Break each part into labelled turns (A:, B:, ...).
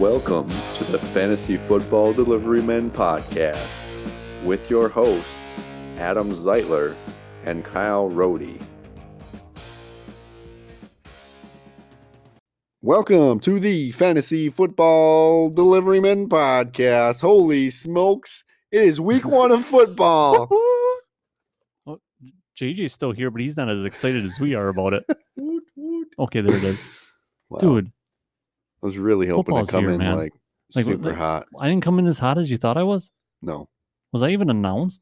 A: Welcome to the Fantasy Football Delivery Men podcast with your hosts, Adam Zeitler and Kyle Rohde. Welcome to the Fantasy Football Delivery Men podcast. Holy smokes, it is week one of football.
B: Well, JJ's still here, but he's not as excited as we are about it. Okay, there it is.
A: Wow,
B: Dude,
A: I was really hoping
B: football's
A: to come
B: here,
A: in
B: man.
A: like,
B: Like,
A: super
B: like-
A: hot.
B: I didn't come in as hot as you thought I was.
A: No,
B: Was I even announced?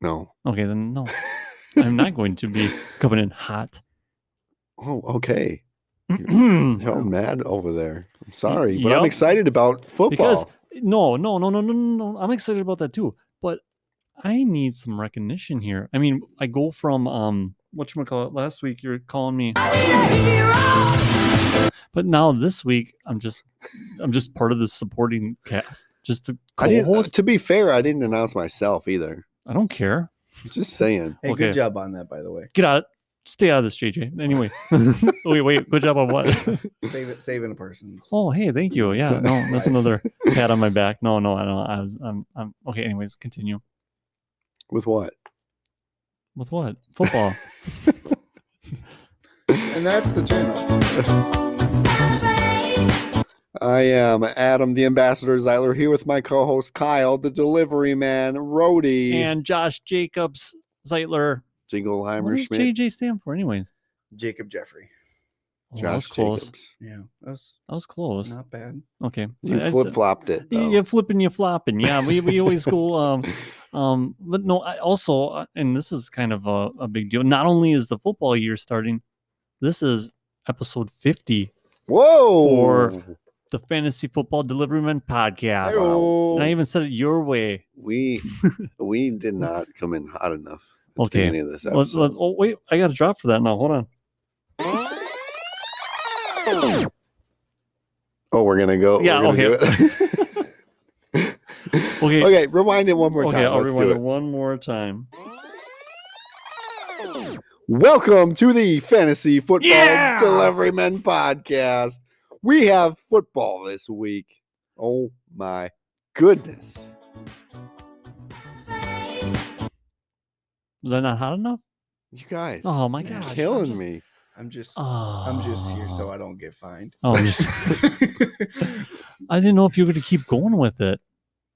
A: no.
B: Okay, then no. I'm not going to be coming in hot.
A: Oh, okay. Y'all
B: because
A: mad over there. I'm sorry, but I'm
B: yup.
A: excited about football.
B: no, no, no, no, no, no, no. I'm excited about that too. But I need some recognition here. I mean, I go from um whatchamacallit last week you're calling me but now this week I'm just I'm just part of the supporting cast. Just to
A: I didn't, uh,
B: co-host.
A: to be fair, I didn't announce myself either.
B: I don't care.
A: Just saying.
C: Hey,
B: Okay.
C: good job on that, by the way.
B: get out stay out of this jj anyway wait wait good job on what
C: Save it, saving a person's.
B: oh hey thank you yeah no that's another pat on my back no no i don't i was i'm, I'm okay anyways continue
A: With what?
B: with what football
C: And that's the channel.
A: I am Adam, the ambassador Zeiler, here with my co-host Kyle, the delivery man, Rody,
B: and josh jacobs zeitler what
A: Jingleheimer
B: does
A: Schmidt,
B: jj stand for anyways
C: Jacob Jeffrey.
B: oh, that was
A: Josh
B: close
A: Jacobs.
C: Yeah, that's
B: that was close
C: not bad.
B: okay I- I-
A: You flip flopped it.
B: y-
A: though.
B: You're flipping, you're flopping. Yeah, we, we always go. Um, um, but no, I also, uh, and this is kind of a, a big deal. Not only is the football year starting, this is episode 50,
A: Whoa!
B: the Fantasy Football Deliveryman podcast.
A: Hey-o.
B: And I even said it your way.
A: We we did not come in hot enough. At
B: Okay.
A: The beginning of this
B: Let's,
A: episode.
B: let oh, wait, I got a drop for that now. Hold on.
A: Oh, we're gonna go.
B: Yeah,
A: we're gonna
B: okay.
A: do it.
B: Okay.
A: okay, rewind it one more
B: okay,
A: time.
B: I'll
A: Let's do
B: rewind
A: it.
B: it one more time.
A: Welcome to the Fantasy Football
B: Yeah!
A: Delivery Men podcast. We have football this week. Oh my goodness.
B: Was that not hot enough?
A: You guys
B: Oh my
C: Yeah,
A: you're
B: gosh. I'm
A: killing
B: just-
A: me.
C: I'm just,
B: Oh.
C: I'm just here so I don't get fined.
B: Oh, I'm just, I didn't know if you were going to keep going with it.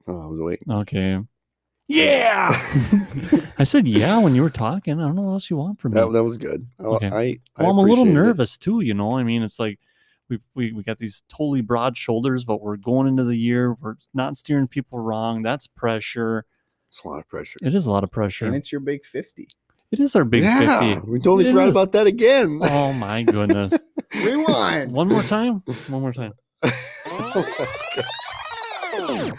A: Oh, I was waiting.
B: Okay. Yeah. I said yeah when you were talking. I don't know what else you want from me.
A: That, that was good. I-
B: Okay.
A: I, I,
B: well, I'm a little
A: appreciate it.
B: nervous too. You know, I mean, it's like we, we we got these totally broad shoulders, but we're going into the year. We're not steering people wrong. That's pressure.
A: It's a lot of pressure.
B: It is a lot of
C: And
B: pressure.
C: it's your big 50.
B: It is our big
A: yeah,
B: fifty.
A: we totally
B: It
A: forgot
B: is.
A: about that again.
B: Oh my goodness!
C: Rewind.
B: One more time. One more time.
A: Oh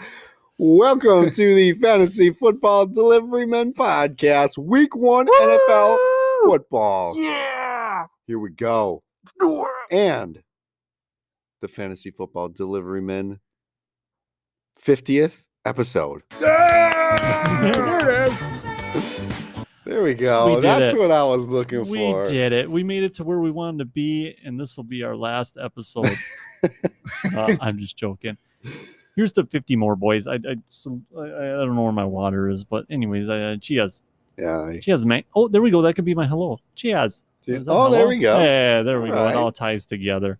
A: Welcome to the Fantasy Football Delivery Men Podcast, Week One NFL Football.
B: Yeah.
A: Here we go. And the Fantasy Football Delivery Men 50th episode.
B: There it is.
A: There we go.
B: We did
A: That's
B: it.
A: what I was looking
B: We
A: for.
B: did it. We made it to where we wanted to be, and this will be our last episode. Uh, I'm just joking. Here's to 50 more, boys. I, I, so- I, I don't know where my water is, but anyways, I, uh, cheers.
A: Yeah. I-
B: Cheers, man. Oh, there we go. That could be my hello. Cheers. Is that
A: Oh, there
B: hello?
A: we go.
B: Yeah, there we
A: All
B: go.
A: right.
B: It all ties together.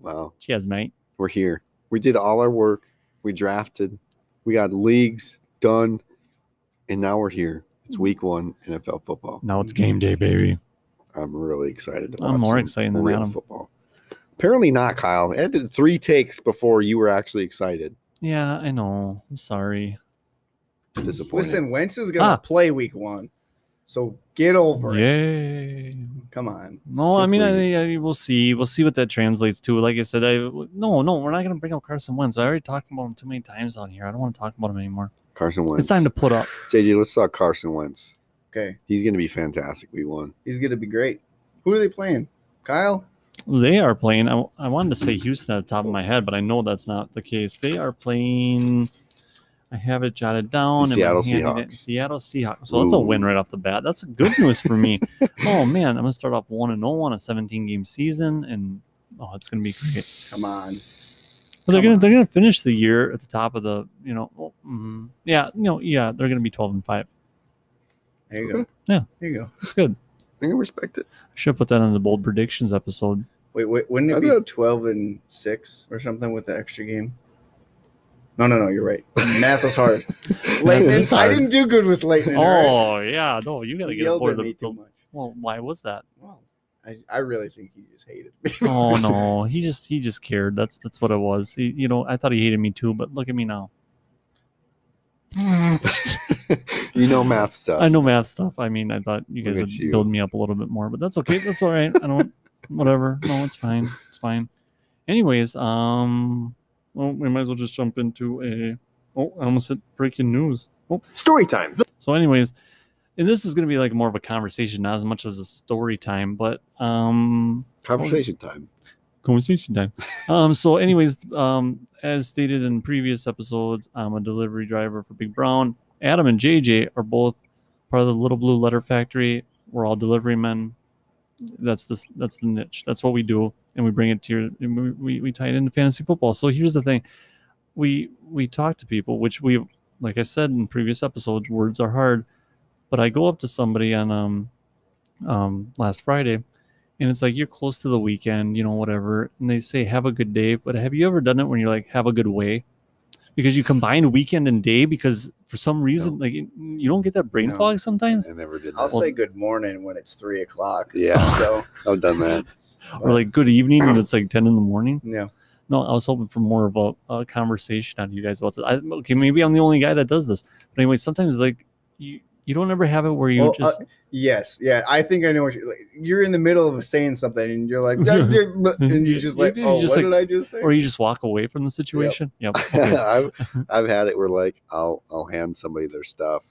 A: Wow.
B: Cheers, mate.
A: We're here. We did all our work. We drafted. We got leagues done. And now we're here. It's week one NFL football.
B: Now it's
A: Mm-hmm.
B: game day, baby.
A: I'm really excited. To
B: I'm
A: watch
B: more
A: some
B: excited than
A: real
B: Adam.
A: Football. Apparently not, Kyle. I did three takes before you were actually excited.
B: Yeah, I know. I'm sorry.
A: Disappointed.
C: Listen, Wentz is gonna
B: Ah.
C: play week one, so get over it.
B: Yay.
C: Come on.
B: No, I mean,
A: Simply-
B: I, I we'll see. We'll see what that translates to. Like I said, I no, no, we're not going to bring up Carson Wentz. I already talked about him too many times on here. I don't want to talk about him anymore.
A: Carson Wentz.
B: It's time to put up.
A: JJ. Let's talk Carson Wentz.
C: Okay,
A: He's going to be fantastic. We won.
C: he's gonna be great. Who are they playing? Kyle.
B: They are playing. I, I wanted to say Houston at the top of my head, but I know that's not the case. They are playing. I have it jotted down. and
A: Seattle
B: I'm handing
A: Seahawks.
B: It, Seattle Seahawks. So that's a win
A: Ooh.
B: right off the bat. That's good news for me. oh man, I'm gonna start off oh, one and zero on a 17 game season, and oh, it's gonna be great.
C: Come on.
B: But they're
C: Come
B: gonna
C: on.
B: they're gonna finish the year at the top of the you know well, mm, yeah no yeah they're gonna be twelve and five.
C: There you go.
B: Yeah.
C: There you go.
B: That's good.
A: I can respect it.
B: I should put that in the bold predictions episode.
C: Wait, wait wouldn't
A: I
C: it be
A: thought-
C: 12 and 6 or something with the extra game? No, no, no, you're right. Math is hard. Leighton,
B: is
C: I
B: hard.
C: didn't do good with Leighton. all right?
B: Oh yeah, no, you gotta
C: He
B: get
C: yelled
B: aboard
C: at
B: the,
C: me too
B: the-
C: much.
B: Well, why was that?
C: Wow. I, I really think he just hated me.
B: Oh no, he just he just cared. That's that's what it was. He, you know, I thought he hated me too, but look at me now.
A: you know math stuff.
B: I know math stuff. I mean, I thought you guys
A: Look at
B: would
A: you.
B: build me up a little bit more, but that's okay. That's all right. I don't. Whatever. No, it's fine. It's fine. Anyways, um, well, we might as well just jump into a. Oh, I almost said breaking news. Oh,
D: Story time.
B: so, anyways, and this is gonna be like more of a conversation, not as much as a story time, but um,
A: Conversation time.
B: conversation time. um, so, anyways, um, as stated in previous episodes, I'm a delivery driver for Big Brown. Adam and JJ are both part of the Little Blue Letter Factory. We're all delivery men. That's the that's the niche. That's what we do, and we bring it to your. And we, we we tie it into fantasy football. So here's the thing, we we talk to people, which we like I said in previous episodes, words are hard. But I go up to somebody on um um last Friday and it's like you're close to the weekend, you know, whatever. And they say have a good day, but have you ever done it when you're like have a good way? Because you combine weekend and day because for some reason like you you don't get that brain
C: No.
B: fog sometimes.
A: I never did
C: I'll
A: that.
C: say good morning when it's 3 o'clock.
A: Yeah,
C: So,
A: I've done that.
B: Or like good evening when it's like ten in the morning.
C: yeah.
B: No, I was hoping for more of a, a conversation on you guys about this. I, okay, maybe I'm the only guy that does this, but anyway, sometimes like you you don't ever have it where you
C: Well, uh,
B: just
C: Yes. Yeah. I think I know what you're like. You're in the middle of saying something and you're like, "Yeah, yeah, but-" and you just
B: You
C: like,
B: did- you
C: oh,
B: just
C: what
B: like-
C: did I just say?
B: or you just walk away from the situation. Yep. okay.
A: I've I've had it where like I'll I'll hand somebody their stuff,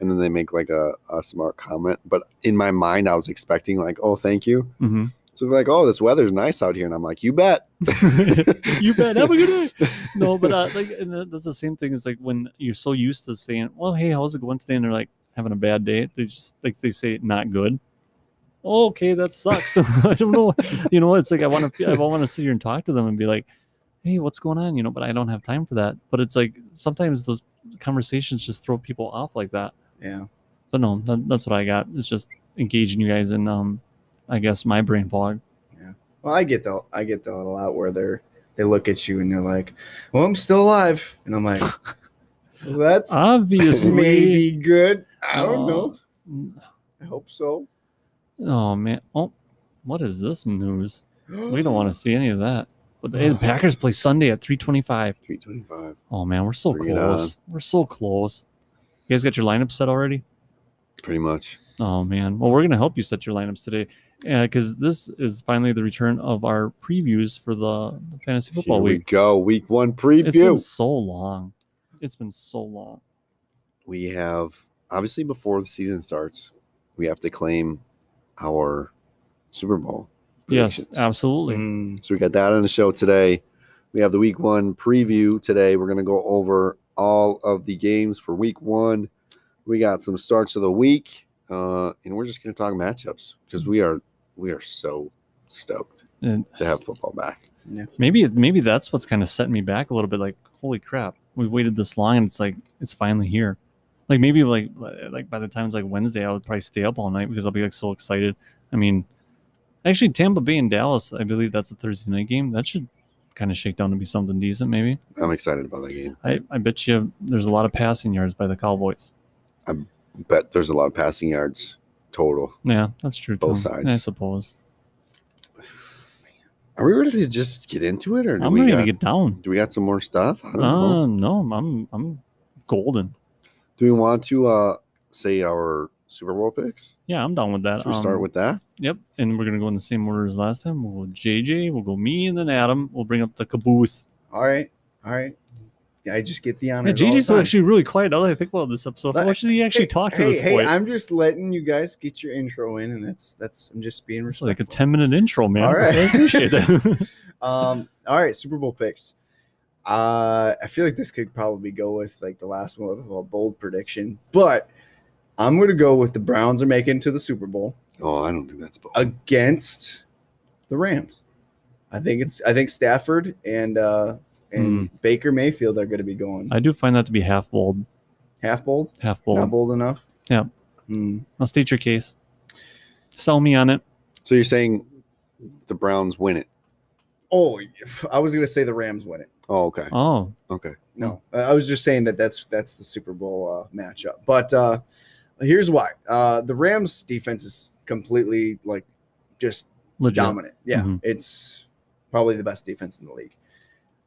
A: and then they make like a, a smart comment. But in my mind, I was expecting like, oh, thank you.
B: hmm
A: So they're like, oh, this weather's nice out here, and I'm like, you bet.
B: you bet. Have a good day. No, but uh, like and that- that's the same thing as like when you're so used to saying, "Well, hey, how's it going today?" and they're like having a bad day. They just like they say not good. Okay, that sucks. I don't know. You know, it's like I want to I want to sit here and talk to them and be like, "Hey, what's going on?" You know, but I don't have time for that. But it's like sometimes those conversations just throw people off like that.
C: yeah.
B: But no, that, that's what I got. It's just engaging you guys in um, I guess my brain fog.
C: Well, I get that. I get that a lot where they're, they look at you and they're like, well, I'm still alive. And I'm like, "Well, that's
B: Obviously, Uh,
C: maybe good. I don't know.
B: know.
C: I hope so.
B: Oh man! Oh, what is this news? We don't want
A: Mm.
B: to see any of that. But hey, the Packers play Sunday at three twenty-five.
A: Three twenty-five.
B: Oh man, we're so
A: Bring it
B: close. We're so close. You guys got your lineup set already?
A: Pretty much.
B: Oh man! Well, we're gonna help you set your lineups today, because this is finally the return of our previews for the the fantasy football
A: Here we
B: week.
A: go. Week one
B: It's been
A: preview.
B: so long. It's been so long.
A: we have obviously before the season starts, we have to claim our Super Bowl.
B: Yes,
A: predictions.
B: absolutely.
C: Mm,
A: So we got that on the show today. We have the week one preview today. We're going to go over all of the games for week one. We got some starts of the week, uh, and we're just going to talk matchups because we are we are so stoked
B: And
A: to have football back.
B: maybe maybe that's what's kind of setting me back a little bit like holy crap we've waited this long and it's like it's finally here like maybe like like by the time it's like wednesday i would probably stay up all night because i'll be like so excited i mean actually tampa bay and dallas i believe that's a thursday night game that should kind of shake down to be something decent maybe
A: I'm excited about that game.
B: i, I bet you there's a lot of passing yards by the cowboys
A: But there's a lot of passing yards total.
B: yeah that's true too,
A: Both
B: i
A: sides.
B: suppose
A: Are we ready to just get into it, or do
B: i'm
A: we
B: ready
A: got,
B: to get down
A: do we got some more stuff? I don't know.
B: uh, no i'm i'm golden
A: Do we want to uh say our Super Bowl picks?
B: yeah i'm down with that
A: Should we
B: Um,
A: start with that?
B: Yep, and we're gonna go in the same order as last time. We'll go JJ, we'll go me, and then Adam. We'll bring up the caboose.
C: all right. All right. I just get the honor.
B: Yeah, JJ's actually really quiet. Now that I think about this episode, how
C: But-
B: much did he actually talk to
C: hey,
B: this
C: hey,
B: point?
C: I'm just letting you guys get your intro in, and that's that's. I'm just being
B: It's like a
C: respectful.
B: ten-minute intro, man.
C: All right.
B: I appreciate that.
C: um. All right. Super Bowl picks. Uh, I feel like this could probably go with like the last one with a bold prediction, but I'm gonna go with the Browns are making it to the Super Bowl
A: Oh, I don't think that's bold.
C: against the Rams. I think it's I think Stafford and uh and Baker Mayfield are going to be going
B: Hmm. I do find that to be half bold.
C: half bold,
B: Half bold.
C: not bold enough.
B: Yeah.
C: Hmm.
B: Now state your case. Sell me on it.
A: So you're saying the Browns win it?
C: Oh, I was going to say the Rams win it.
A: Oh, okay,
B: Oh,
A: okay.
C: No, I I was just saying that that's that's the Super Bowl uh, matchup. But uh, here's why: uh, the Rams' defense is completely like just
B: legit.
C: dominant. Yeah,
B: Mhm.
C: it's probably the best defense in the league.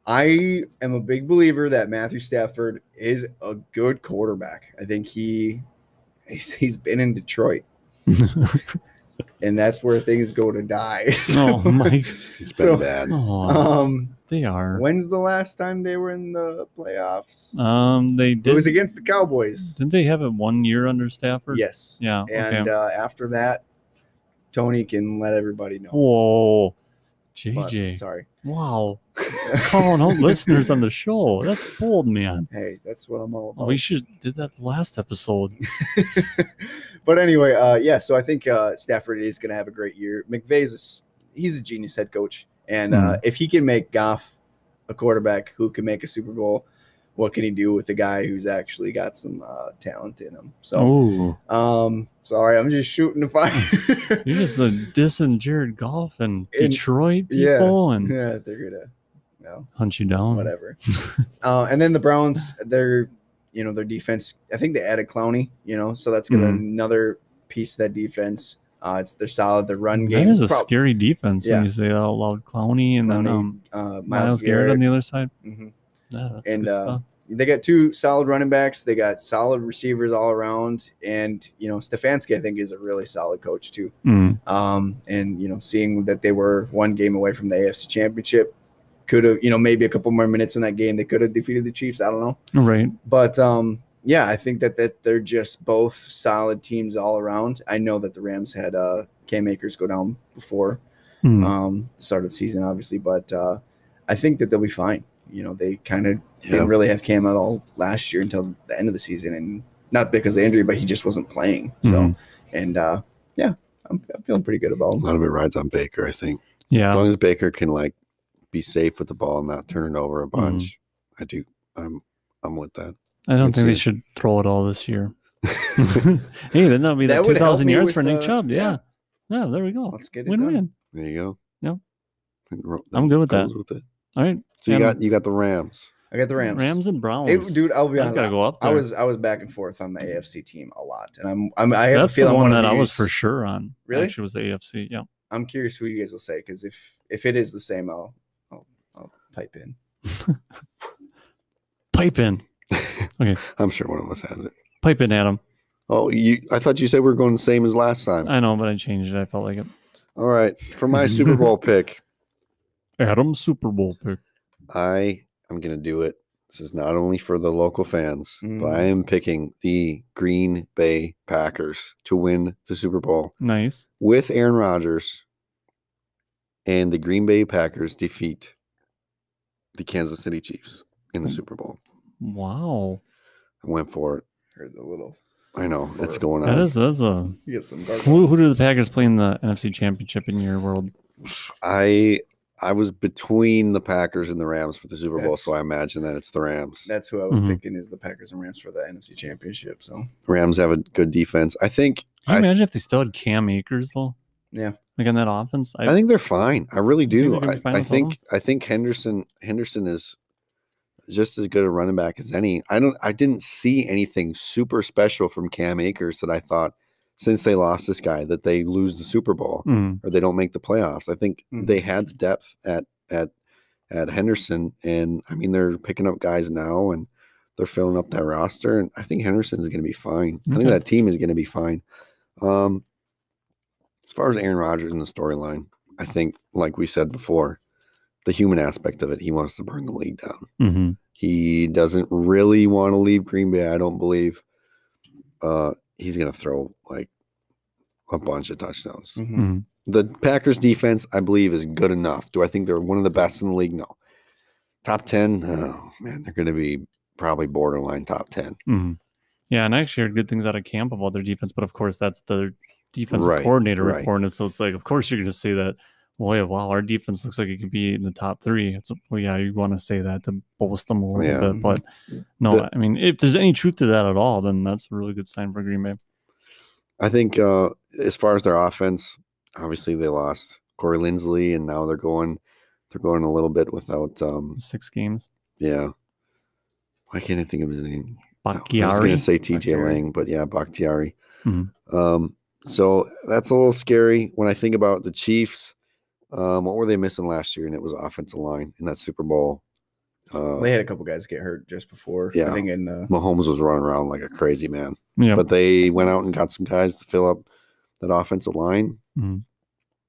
C: I am a big believer that Matthew Stafford is a good quarterback. I think he he's, he's been in Detroit, and that's where things go to die. So,
B: oh my.
A: It's been
C: So-
A: bad.
B: Oh,
C: Um,
B: they are.
C: when's the last time they were in the playoffs?
B: Um, they
C: it
B: did.
C: was against the Cowboys.
B: Didn't they have it one year under Stafford?
C: Yes.
B: Yeah. Okay.
C: And uh, after that, Tony can let everybody know.
B: Whoa,
C: But,
B: JJ.
C: sorry.
B: Wow. Calling out listeners on the show. That's bold, man.
C: Hey, that's what I'm all about.
B: Oh, We should did that last episode.
C: but anyway, uh, yeah. So I think uh, Stafford is going to have a great year. McVay's a, s- he's a genius head coach, and
B: Mm-hmm.
C: uh, if he can make Goff a quarterback who can make a Super Bowl, what can he do with a guy who's actually got some uh, talent in him? So,
B: Oh,
C: um, sorry, I'm just shooting the fire.
B: you're just a dissing Jared Goff and
C: And-
B: Detroit
C: yeah.
B: people and
C: yeah, they're gonna, you know,
B: hunt you down.
C: whatever. uh, and then the Browns, their you know their defense. I think they added Clowney, you know, so that's gonna
B: Mhm.
C: another piece of that defense. Uh, it's they're solid. Their run game
B: That is a
C: prob-
B: scary defense
C: Yeah.
B: when you say that out loud. Clowney and then
C: Clowney,
B: um,
C: uh,
B: Miles, Garrett. on the other side.
C: Mhm.
B: Yeah, that's
C: And,
B: good
C: uh,
B: stuff.
C: They got two solid running backs. They got solid receivers all around, and you know Stefanski, I think, is a really solid coach too.
B: Mm.
C: Um, and you know, seeing that they were one game away from the AFC Championship, could have you know maybe a couple more minutes in that game, they could have defeated the Chiefs. I don't know.
B: Right.
C: but um yeah i think that that they're just both solid teams all around i know that the rams had uh cam akers go down before
B: Mm.
C: um the start of the season obviously but uh i think that they'll be fine you know they kind of
A: Yeah.
C: didn't really have cam at all last year until the end of the season and not because of injury but he just wasn't playing so
B: Mhm.
C: and uh yeah I'm, I'm feeling pretty good about
A: A
C: him
A: lot of it rides on Baker, I think.
B: yeah.
A: As long as Baker can like be safe with the ball and not turn it over
B: Mm-hmm.
A: a bunch, I do. I'm I'm with that.
B: I don't
A: Let's
B: think they
A: see.
B: should throw it all this year. hey, then that'll be
C: That
B: like
C: would help
B: 2,000
C: me
B: yards
C: with,
B: for Nick
C: uh,
B: Chubb.
C: yeah.
B: Yeah. yeah. there we go.
C: let's get it
B: Win
C: done.
B: win.
A: There you go.
B: Yep.
A: And ro-
B: I'm good with that.
A: goes with it.
B: All right.
A: So you
B: And-
A: got you got the Rams.
C: i got the rams
B: Rams and Browns.
C: It- dude i'll be
B: That's
C: honest
B: got to go up there.
C: I was I was back and forth on the AFC team a lot, and I'm, I'm I have
B: That's
C: a feeling
B: the one
C: one of
B: that I was
C: these-
B: for sure on.
C: Really?
B: Actually, was the AFC. Yeah.
C: I'm curious who you guys will say because if if it is the same, I'll I'll, I'll pipe in.
B: Pipe in.
A: I'm sure one of us has it.
B: Pipe in, Adam.
A: Oh, you I thought you said we were going the same as last time.
B: I know, but I changed it. I felt like it.
A: All right. For my Super Bowl pick,
B: Adam Super Bowl pick.
A: I am gonna do it. This is not only for the local fans, but
C: Mm.
A: I am picking the Green Bay Packers to win the Super Bowl.
B: Nice.
A: with Aaron Rodgers and the Green Bay Packers defeat the Kansas City Chiefs in the
B: Mm.
A: Super Bowl.
B: Wow.
A: I went for it.
C: Heard the little
A: I know it's
C: Or-
A: going on.
B: That is, that's a.
C: you get some gargle.
B: Who, who do the Packers play in the NFC Championship in your world?
A: I I was between the Packers and the Rams for the Super Bowl,
C: That's-
A: so I imagine that it's the Rams.
C: That's who I was
B: Mhm.
C: picking is the Packers and Rams for the NFC Championship. So
A: Rams have a good defense. I think.
B: Can you
A: I,
B: imagine if they still had Cam Akers, though?
C: Yeah.
B: Like on that offense?
A: I think they're fine. I really
B: think
A: do.
B: they're gonna
A: I,
B: be fine
A: I
B: without
A: think I think Henderson Henderson is just as good a running back as any. I don't I didn't see anything super special from Cam Akers that I thought since they lost this guy that they lose the Super Bowl
B: Mm.
A: or they don't make the playoffs. I think
C: Mhm.
A: they had the depth at at at Henderson and I mean they're picking up guys now and they're filling up that roster and I think Henderson's going to be fine. I think
B: Okay.
A: that team is going to be fine. Um as far as Aaron Rodgers and the storyline, I think like we said before, the human aspect of it, he wants to burn the league down.
B: hmm
A: He doesn't really want to leave Green Bay, I don't believe. Uh he's going to throw like a bunch of touchdowns.
C: Mhm.
B: hmm
A: The Packers defense, I believe, is good enough. Do I think they're one of the best in the league? No. Top 10? Oh, man, they're going to be probably borderline top 10.
B: hmm Yeah, and I actually heard good things out of camp about their defense, but of course that's their defensive
A: Right,
B: coordinator
A: right.
B: reporting it. So it's like, of course you're going to say that. boy, wow, our defense looks like it could be in the top three. It's well, yeah, you want to say that to bolster them a little
A: Yeah. mm-hmm.
B: bit, but no,
A: The-
B: I mean, if there's any truth to that at all, then that's a really good sign for Green Bay.
A: I think uh, as far as their offense, obviously they lost Corey Lindsley, and now they're going they're going a little bit without. Um,
B: Six games,
A: yeah, why can't I think of his name? I was going to
B: Bakhtiari.
A: say TJ
C: Bakhtiari.
A: Lang, but yeah, Bakhtiari.
B: Mhm.
A: Um, so that's a little scary when I think about the Chiefs. Um, what were they missing last year? And it was offensive line in that Super Bowl. Uh,
C: Mm-hmm. They had a couple guys get hurt just before.
A: Yeah.
C: I think uh, in the
A: Mahomes was running around like a crazy man.
B: Yeah,
A: but they went out and got some guys to fill up that offensive line.
B: Mhm.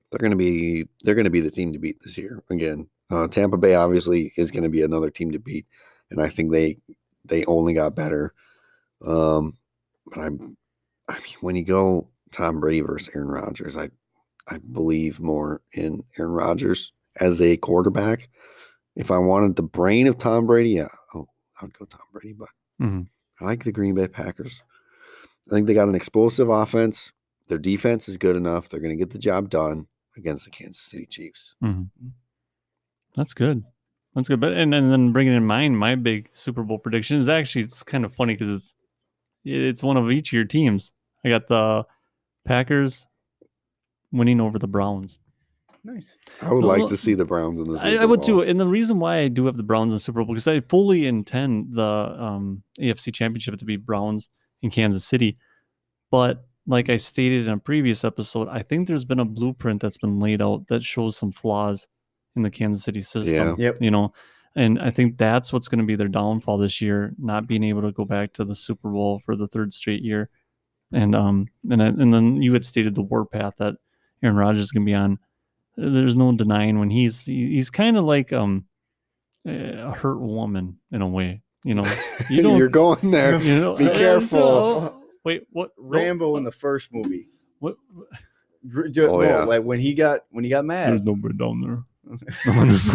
A: They're going to be they're going to be the team to beat this year again. Uh, Tampa Bay obviously is going to be another team to beat, and I think they they only got better. Um, but I, I mean, when you go Tom Brady versus Aaron Rodgers, I I believe more in Aaron Rodgers as a quarterback. If I wanted the brain of Tom Brady, yeah, oh, I'd go Tom Brady. But
B: Mhm.
A: I like the Green Bay Packers. I think they got an explosive offense. Their defense is good enough. They're going to get the job done against the Kansas City Chiefs.
B: Mm-hmm. That's good. That's good. But and, and then bringing in mind my big Super Bowl prediction is actually it's kind of funny because it's it's one of each of your teams. I got the Packers winning over the Browns.
C: nice.
A: I would
B: Well,
A: like to see the Browns in the
B: I,
A: Super
B: I would too.
A: Bowl.
B: And the reason why I do have the Browns in the Super Bowl because I fully intend the um, AFC Championship to be Browns in Kansas City. But like I stated in a previous episode, I think there's been a blueprint that's been laid out that shows some flaws in the Kansas City system
A: Yeah.
C: Yep.
B: you know and i think that's what's going to be their downfall this year not being able to go back to the super bowl for the third straight year and um and I- and then you had stated the war path that aaron rodgers is going to be on there's no denying when he's he- he's kind of like um a hurt woman in a way you know you don't
A: You're going there.
B: you know
A: Be
B: and
A: careful.
B: so- wait what
C: Rambo in the first movie.
B: what
C: Dr- dr-
A: Oh,
C: no,
A: yeah.
C: Like when he got when he got
B: there's
C: mad.
B: nobody down there No one was-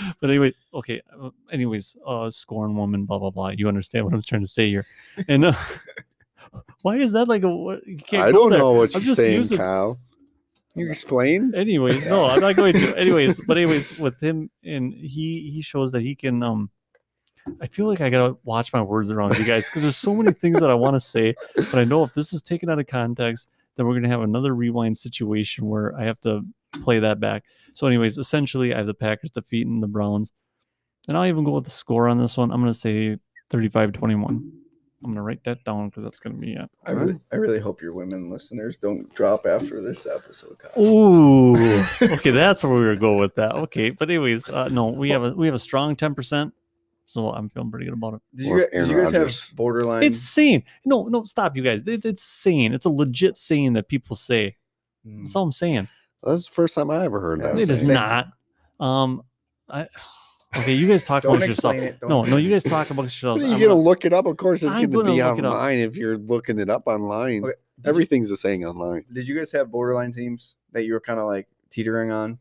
B: but anyway, okay. uh, Anyways, uh, scorn woman, blah blah blah. You understand what I'm trying to say here? And uh, why is that like a? What, you can't
A: I
B: go
A: don't
B: there.
A: know what
B: I'm
A: you're
B: just
A: saying,
B: using-
A: Kyle. Can You explain?
B: Anyways, no, I'm not going to. Anyways, but anyways, with him and he he shows that he can. Um, I feel like I gotta watch my words around you guys because there's so many things that I want to say, but I know if this is taken out of context, then we're gonna have another rewind situation where I have to play that back. So, anyways, essentially, I have the Packers defeating the Browns, and I'll even go with the score on this one. I'm gonna say 35-21. I'm gonna write that down because that's gonna be uh, it.
C: I really, I really hope your women listeners don't drop after this episode. Kyle.
B: Ooh. okay, that's where we were going with that. Okay, but anyways, uh, no, we have a we have a strong ten percent, so I'm feeling pretty good about it.
C: Did
A: Or
C: you, guys, did
A: Aaron
C: you guys
A: Rodgers.
C: have borderline?
B: It's sane. No, no, stop, you guys. It, it's sane. It's a legit saying that people say.
C: Mm.
B: That's all I'm saying.
A: That's the first time I ever heard that.
C: That's
B: It is
A: saying.
B: not. Um, I. Okay, you guys talk
C: Don't
B: amongst yourself.
C: explain it. Don't
B: No, no, you guys talk amongst yourselves.
A: You're
B: I'm
A: gonna
B: gonna-
A: look it up. Of course, it's
B: I'm
A: going to be
B: gonna look it up.
A: online if you're looking it up online.
C: Okay, did you-
A: Everything's the saying online.
C: Did you guys have borderline teams that you were kind of like teetering on?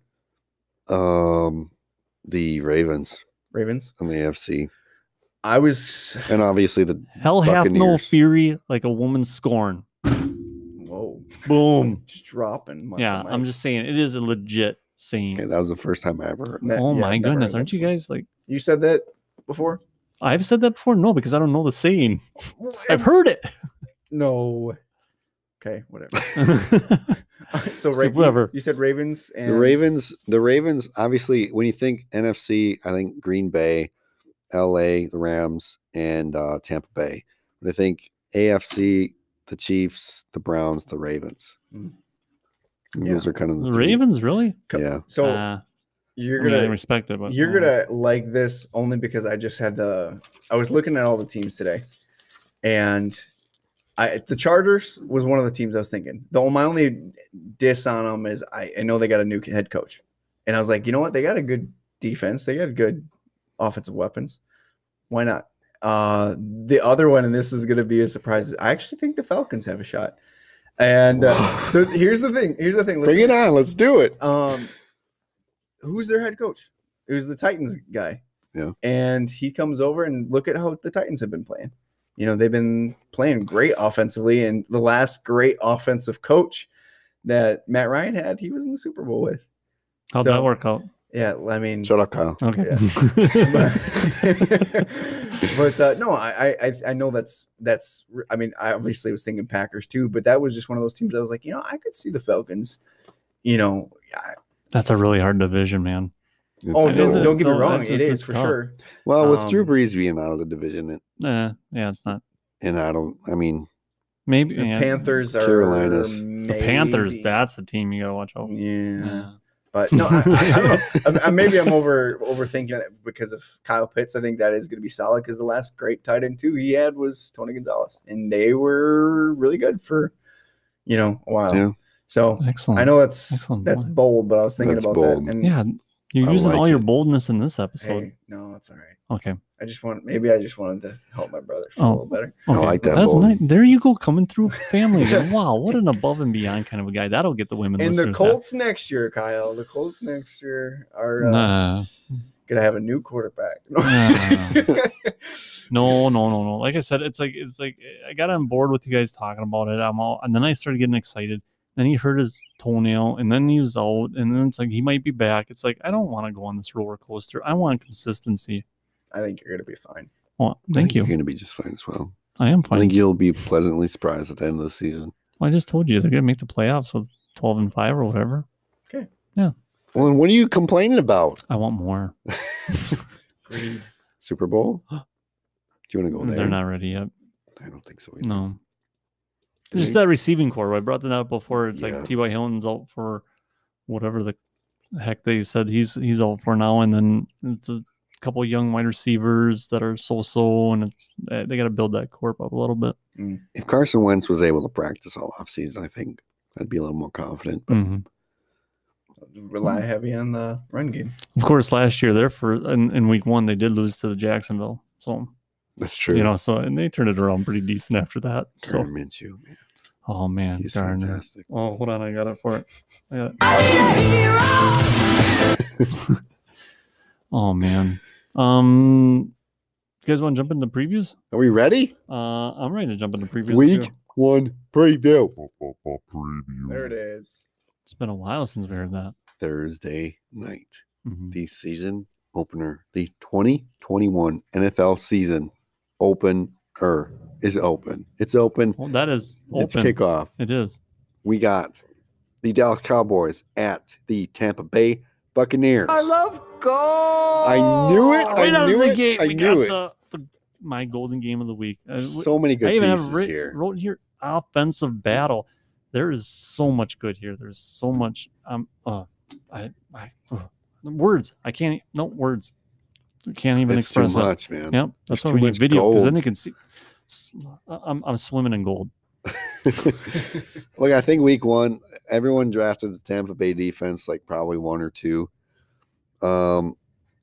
A: Um, the Ravens
C: Ravens.
A: and the AFC,
C: I was.
A: and obviously the
B: Hell hath no
A: Buccaneers.
B: fury like a woman scorn.
C: Whoa.
B: Boom.
C: Just dropping. my-
B: yeah,
C: my-
B: I'm just saying it is a legit saying.
A: Okay, that was the first time I ever heard.
C: Ne-
B: oh
C: yeah,
B: my
C: I've never
B: goodness,
C: heard
B: aren't
C: that
B: you
C: before.
B: guys like?
C: You said that before?
B: I've said that before. No, because I don't know the saying. I've heard it.
C: No. Okay, whatever. so Ra- you-
B: Whatever.
C: You, said Ravens and
A: The Ravens, the Ravens, obviously, when you think NFC, I think Green Bay, LA, the Rams, and uh, Tampa Bay. But I think AFC, the Chiefs, the Browns, the Ravens.
C: Mm.
A: And
C: Yeah.
A: Those are kind of the,
B: the
A: three.
B: Ravens, really?
C: Co-
A: Yeah.
C: So
B: Uh,
C: you're
B: I mean, I
C: gonna
B: respect it, but
C: you're
B: uh,
C: gonna like this only because I just had the I was looking at all the teams today, and I the Chargers was one of the teams I was thinking. The my only diss on them is I, I know they got a new head coach, and I was like, you know what, they got a good defense, they got good offensive weapons, why not? Uh, the other one, and this is gonna be a surprise. I actually think the Falcons have a shot. And uh, the, here's the thing. Here's the thing.
A: Bring it on. Let's do it.
C: Um, who's their head coach? It was the Titans guy.
A: Yeah.
C: And he comes over and look at how the Titans have been playing. You know, they've been playing great offensively, and the last great offensive coach that Matt Ryan had, he was in the Super Bowl with.
B: How'd
C: So-
B: that work out?
C: Yeah, I mean,
A: Shut up, Kyle.
B: Okay.
C: but but, uh, no, I, I- I I know that's that's I mean I obviously was thinking Packers too, but that was just one of those teams I was like, you know, I could see the Falcons, you know. I,
B: That's a really hard division, man.
A: It's
C: oh,
A: a
B: no,
A: good
C: don't,
B: no,
A: one.
C: don't get me
B: no,
C: wrong,
B: it's-
C: it
B: it's-
C: is
B: it's
C: for
B: tough.
C: sure.
A: Well, with Drew
C: um,
A: Brees being out of the division,
B: Uh, yeah, it's not.
A: and I don't, I mean,
B: Maybe
C: The
B: yeah.
C: Panthers are
A: Carolinas.
B: The Panthers.
C: maybe-
B: That's a team you gotta watch out. for.
C: yeah.
B: Yeah.
C: But no, I, I, I don't know. I, I, maybe I'm over overthinking it because of Kyle Pitts. I think that is going to be solid because the last great tight end too he had was Tony Gonzalez, and they were really good for you know a while.
A: Yeah.
C: So
B: Excellent.
C: I know that's
B: Excellent
C: that's
B: point.
C: bold, but I was thinking
A: That's
C: about
A: bold.
C: that. And
B: Yeah, you're
A: I
B: using
A: like
B: all your
A: it.
B: boldness in this episode.
C: hey, no, it's all right.
B: Okay.
C: I just want maybe I just wanted to help my brother feel a
B: Oh.
C: little better.
A: I
B: Okay.
A: like that
B: That's
A: bold.
B: nice. There you go, coming through family. man. wow, what an above and beyond kind of a guy. That'll get the women.
C: And the
B: listeners happy.
C: Colts next year, Kyle. The Colts next year are uh,
B: Nah.
C: gonna have a new quarterback.
B: Nah. No, no, no, no. Like I said, it's like it's like I got on board with you guys talking about it. I'm all, and then I started getting excited. Then he hurt his toenail, and then he was out, and then it's like he might be back. It's like I don't want to go on this roller coaster. I want consistency.
C: I think you're gonna be fine.
B: Well,
A: I
B: thank
A: think
B: you.
A: You're going to be just fine as well.
B: I am
A: I
B: fine.
A: think you'll be pleasantly surprised at the end of the season.
B: I just told you they're gonna make the playoffs with 12 and five or whatever.
A: Well, and what are you complaining about?
B: I want more.
C: Greed.
A: Super Bowl? Do you want to go there?
B: Mm, They're not ready yet.
A: I don't think so. either.
B: No.
A: Did
B: Just
A: they-
B: that receiving core. I brought that up before. It's
A: Yeah.
B: like T.Y. Hilton's out for whatever the heck they said he's he's out for now, and then it's a couple young wide receivers that are so-so, and it's eh, they got to build that corp up a little bit.
A: If Carson Wentz was able to practice all offseason, I think I'd be a little more confident. But
C: Rely heavy on the run game.
B: Of course, last year there for in, in week one they did lose to the Jacksonville, so
A: that's true.
B: you know so and they turned it around pretty decent after that.
A: Gardner
B: So
A: Minshew, man,
B: oh man,
A: he's
B: darn it.
A: fantastic.
B: Oh, hold on, I got it for it. I got it. Oh man. Um you guys want to jump into previews?
A: Are we ready?
B: Uh I'm ready to jump into previews.
A: Week
B: too.
A: one preview.
C: There it is.
B: It's been a while since we heard that.
A: Thursday night,
B: Mhm.
A: the season opener, the 2021 NFL season opener is open. It's open.
B: Well, that is
A: It's
B: open.
A: kickoff.
B: It is.
A: We got the Dallas Cowboys at the Tampa Bay Buccaneers. I love gold. I knew it. I
B: right out
A: knew
B: of the
A: it.
B: gate,
A: I
B: we
A: knew it.
B: got The, the my golden game of the week. I,
A: so many good
B: Uh, I even
A: pieces
B: have writ-
A: here.
B: wrote here offensive battle. There is so much good here. There's so much um uh I I uh, words. I can't e, no words. I can't even
A: it's too
B: express that.
A: much, man.
B: Yep, that's
A: There's
B: why
A: too
B: we
A: much
B: need video because
A: gold.
B: then they can see. S- I- I'm, I'm swimming in gold.
A: Look, I think week one, everyone drafted the Tampa Bay defense, like probably one or two. Um,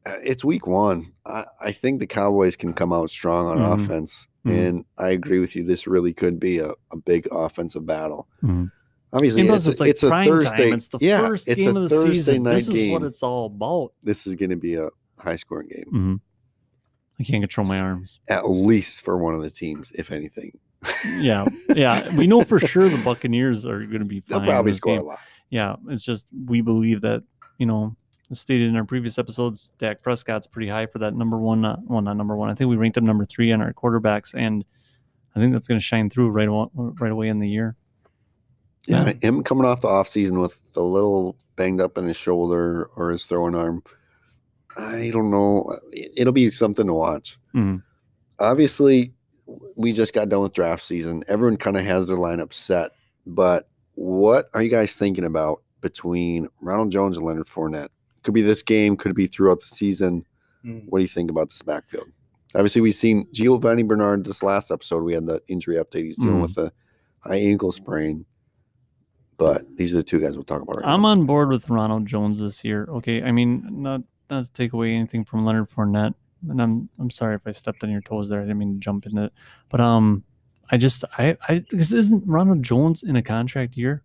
A: uh, it's week one. I, I think the Cowboys can come out strong on
B: Mhm.
A: offense,
B: Mhm.
A: and I agree with you. This really could be a, a big offensive battle.
B: Mhm.
A: Obviously,
B: And
A: it's,
B: plus,
A: a-
B: it's like
A: it's a
B: prime
A: Thursday.
B: time. It's the
A: yeah,
B: first
A: it's
B: game
A: a
B: of the
A: Thursday
B: season.
A: night
B: This is
A: game.
B: what it's all about.
A: this is going to be a high scoring game,
B: Mhm. I can't control my arms.
A: at least for one of the teams, if anything.
B: Yeah, yeah. We know for sure the Buccaneers are going to be
A: They'll
B: fine. in
A: probably
B: this
A: score
B: game.
A: a lot.
B: Yeah, it's just we believe that you know, as stated in our previous episodes, Dak Prescott's pretty high for that number one. Uh, well, not number one. I think we ranked him number three on our quarterbacks, and I think that's going to shine through right aw- right away in the year.
A: Yeah,
B: Yeah.
A: him coming off the offseason with a little banged up in his shoulder or his throwing arm, I don't know. It- It'll be something to watch.
B: Mhm.
A: Obviously, we just got done with draft season. Everyone kind of has their lineup set, but what are you guys thinking about between Ronald Jones and Leonard Fournette? Could be this game, could be throughout the season.
C: Mm.
A: What do you think about this backfield? Obviously, we've seen Giovanni Bernard this last episode. We had the injury update. He's dealing
B: Mhm.
A: with a high ankle sprain. But these are the two guys we'll talk about right
B: I'm
A: now.
B: on board with Ronald Jones this year. Okay, I mean, not not to take away anything from Leonard Fournette, and I'm I'm sorry if I stepped on your toes there. I didn't mean to jump into it, but um, I just I I because isn't Ronald Jones in a contract year?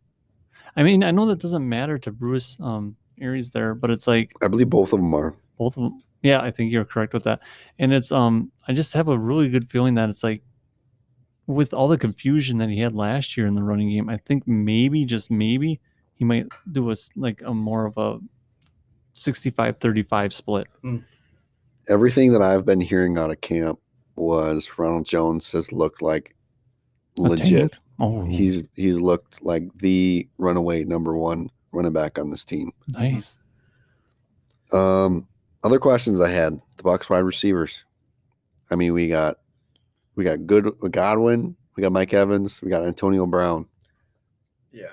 B: I mean, I know that doesn't matter to Bruce um Aries there, but it's like
A: I believe both of them are.
B: both of them. Yeah, I think you're correct with that. And it's um, I just have a really good feeling that it's like, with all the confusion that he had last year in the running game, I think maybe just maybe he might do a s- like a more of a 65 35 split.
A: Everything that I've been hearing out of camp was Ronald Jones has looked like legit.
B: Oh,
A: He's he's looked like the runaway number one running back on this team.
B: nice.
A: Um, other questions I had: the Bucks wide receivers. I mean, we got we got good Godwin, we got Mike Evans, we got Antonio Brown.
C: Yeah.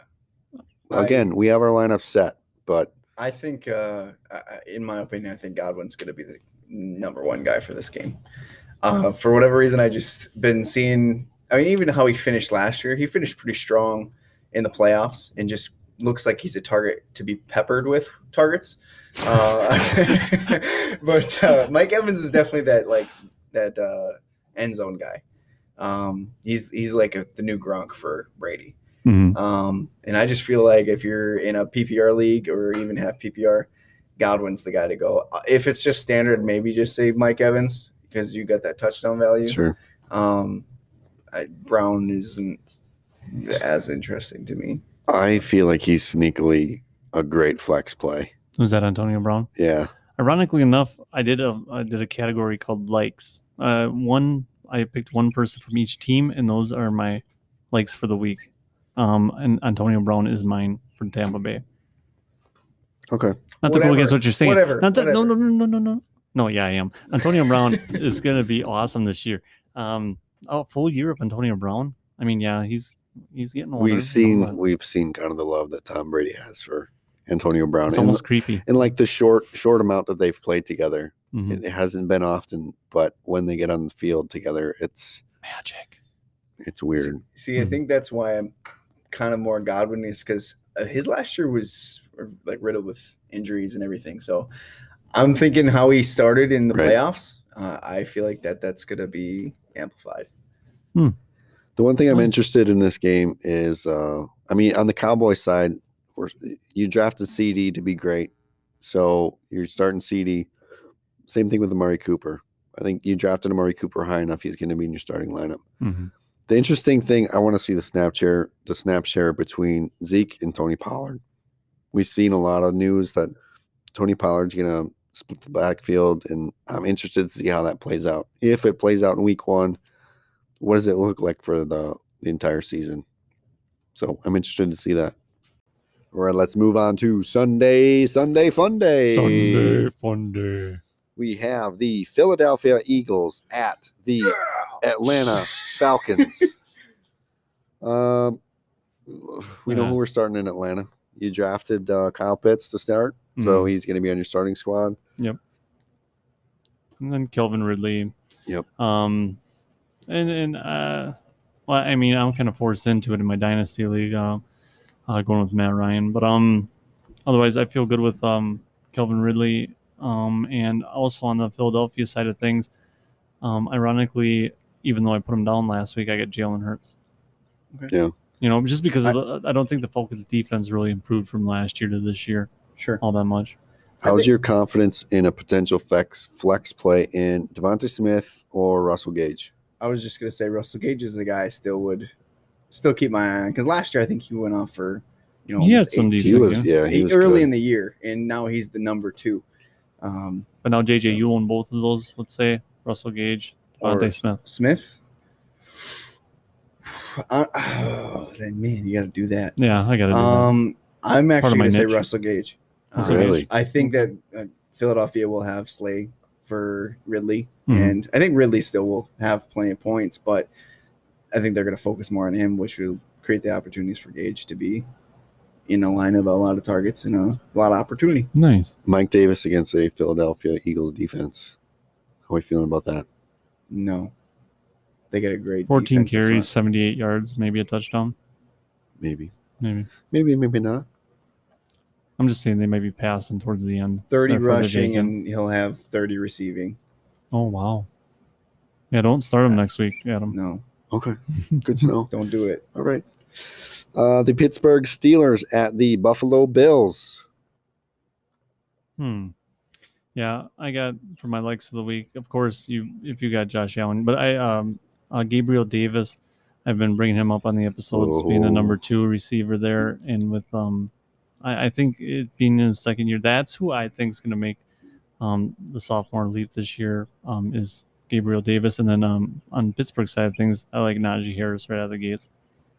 C: I-
A: Again, we have our lineup set, but
C: I think, uh, I- I- in my opinion, I think Godwin's going to be the number one guy for this game. Uh, for whatever reason, I just been seeing. I mean, even how he finished last year, he finished pretty strong in the playoffs, and just looks like he's a target to be peppered with targets. Uh, but uh, Mike Evans is definitely that like that uh, end zone guy. Um, he's he's like a, the new Gronk for Brady.
B: Mhm.
C: Um, and I just feel like if you're in a PPR league or even have PPR, Godwin's the guy to go. Uh, If it's just standard, maybe just save Mike Evans because you got that touchdown value.
A: sure.
C: Um, I, Brown isn't as interesting to me.
A: I feel like he's sneakily a great flex play.
B: Who's that, Antonio Brown?
A: Yeah.
B: Ironically enough, I did a I did a category called likes. Uh, one I picked one person from each team, and those are my likes for the week. Um, and Antonio Brown is mine from Tampa Bay.
A: Okay.
B: Not to go
C: Whatever.
B: against what you're saying.
C: Whatever,
B: Not that, no, no,
C: whatever.
B: no, no, no, no. No, yeah, I am. Antonio Brown is gonna be awesome this year. Um, a full year of Antonio Brown. I mean, yeah, he's he's getting older.
A: We've seen
B: but
A: we've seen kind of the love that Tom Brady has for Antonio Brown.
B: It's
A: and,
B: almost creepy.
A: and like the short short amount that they've played together.
B: Mhm.
A: It hasn't been often, but when they get on the field together, it's
B: Magic.
A: it's weird.
C: See, I
B: Hmm.
C: think that's why I'm kind of more Godwin is because his last year was uh, like riddled with injuries and everything. So I'm thinking how he started in the
A: Right.
C: playoffs. Uh, I feel like that that's going to be amplified.
A: The one thing I'm
B: Nice.
A: interested in this game is, uh, I mean, on the Cowboy side, we're, you drafted CD to be great, so you're starting CD. Same thing with Amari Cooper. I think you drafted Amari Cooper high enough; he's going to be in your starting lineup.
B: Mhm.
A: The interesting thing I want to see the snap share, the snap share between Zeke and Tony Pollard. We've seen a lot of news that Tony Pollard's going to split the backfield, and I'm interested to see how that plays out. If it plays out in Week One, what does it look like for the, the entire season? So I'm interested to see that. All right, let's move on to Sunday, Sunday Fun Day.
B: Sunday fun day.
A: We have the Philadelphia Eagles at the Atlanta Falcons. um, we know
B: Yeah.
A: who we're starting in Atlanta. You drafted uh, Kyle Pitts to start, so he's going to be on your starting squad.
B: and then Kelvin Ridley.
A: Yep.
B: Um, and and uh, well, I mean, I'm kind of forced into it in my dynasty league, uh, uh, going with Matt Ryan. But um, otherwise, I feel good with um Kelvin Ridley. Um, and also on the Philadelphia side of things, um, ironically, even though I put him down last week, I got Jalen Hurts.
C: Okay.
A: Yeah.
B: You know, just because of the, I don't think the Falcons' defense really improved from last year to this year
C: Sure.
B: all that much.
C: I
A: How's
C: think-
A: your confidence in a potential flex flex play in Devontae Smith or Russell Gage?
C: I was just gonna say Russell Gage is the guy I still would still keep my eye on because last year I think he went off for you know
B: He had
C: almost
B: some
A: He
B: Decent,
A: was, yeah, he was
C: early in
A: good.
C: the year and now he's the number two. Um,
B: But now JJ, you own both of those. Let's say Russell Gage,
C: Or-
B: Devontae Smith.
C: Smith. Uh, oh, then man, you got to do that.
B: Yeah, I gotta do
C: Um, I'm
B: of
C: actually
B: my
C: gonna say
B: niche. Oh,
C: Russell Gage. Um,
B: Russell
A: Really? Gage.
C: I think that uh, Philadelphia will have Slay for Ridley,
B: Mhm.
C: and I think Ridley still will have plenty of points, but I think they're gonna focus more on him, which will create the opportunities for Gage to be in the line of a lot of targets and a lot of opportunity.
B: that. Nice.
A: Mike Davis against a Philadelphia Eagles defense. How are we feeling about that?
C: No, they got a great
B: 14
C: defensive front.
B: carries, 78 yards, maybe a touchdown.
A: Maybe,
B: Maybe.
A: maybe, maybe not.
B: I'm just saying they might be passing towards the end.
C: 30
B: They're further
C: rushing
B: taken.
C: and he'll have 30 receiving.
B: Oh wow. Yeah, don't start
C: Uh,
B: him next week, Adam.
C: No,
A: Okay, good to know.
C: don't do it.
A: All right. Uh, the Pittsburgh Steelers at the Buffalo Bills.
B: Hmm. Yeah, I got for my likes of the week. Of course, you if you got Josh Allen, but I um uh, Gabriel Davis. I've been bringing him up on the episodes, being the
A: Oh.
B: number two receiver there, and with um I, I think it being in his second year, that's who I think is going to make um, the sophomore leap this year um, is Gabriel Davis. And then um, on Pittsburgh side of things, I like Najee Harris right out of the gates.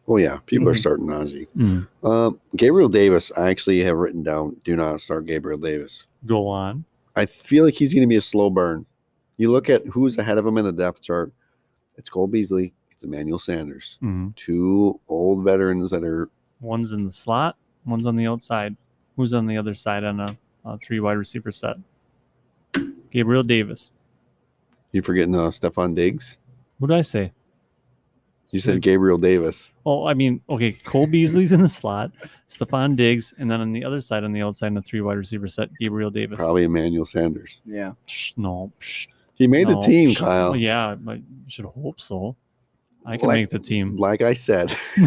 A: Well, Oh, yeah, people are
B: Mm-hmm.
C: Mhm.
A: starting Najee. Um, Gabriel Davis, I actually have written down do not start Gabriel Davis.
B: Go on.
A: I feel like he's going to be a slow burn. You look at who's ahead of him in the depth chart. It's Cole Beasley. It's Emmanuel Sanders.
B: Hmm.
A: Two old veterans that are
B: One's in the slot, one's on the outside. Who's on the other side on a, a three wide receiver set? Gabriel Davis.
A: you forgetting uh, Stefan Diggs.
B: What did I say?
A: You
B: Hmm.
A: said Gabriel Davis.
B: Oh, I mean, okay, Cole Beasley's in the slot, Stephon Diggs, and then on the other side, on the outside, in the three wide receiver set, Gabriel Davis.
A: Probably Emmanuel Sanders.
C: Yeah.
B: Psh, no, psh,
A: He made
B: no,
A: the team,
B: psh.
A: Kyle.
B: Well, yeah, I I should hope so. I can
A: Like-
B: make the team.
A: Like I said,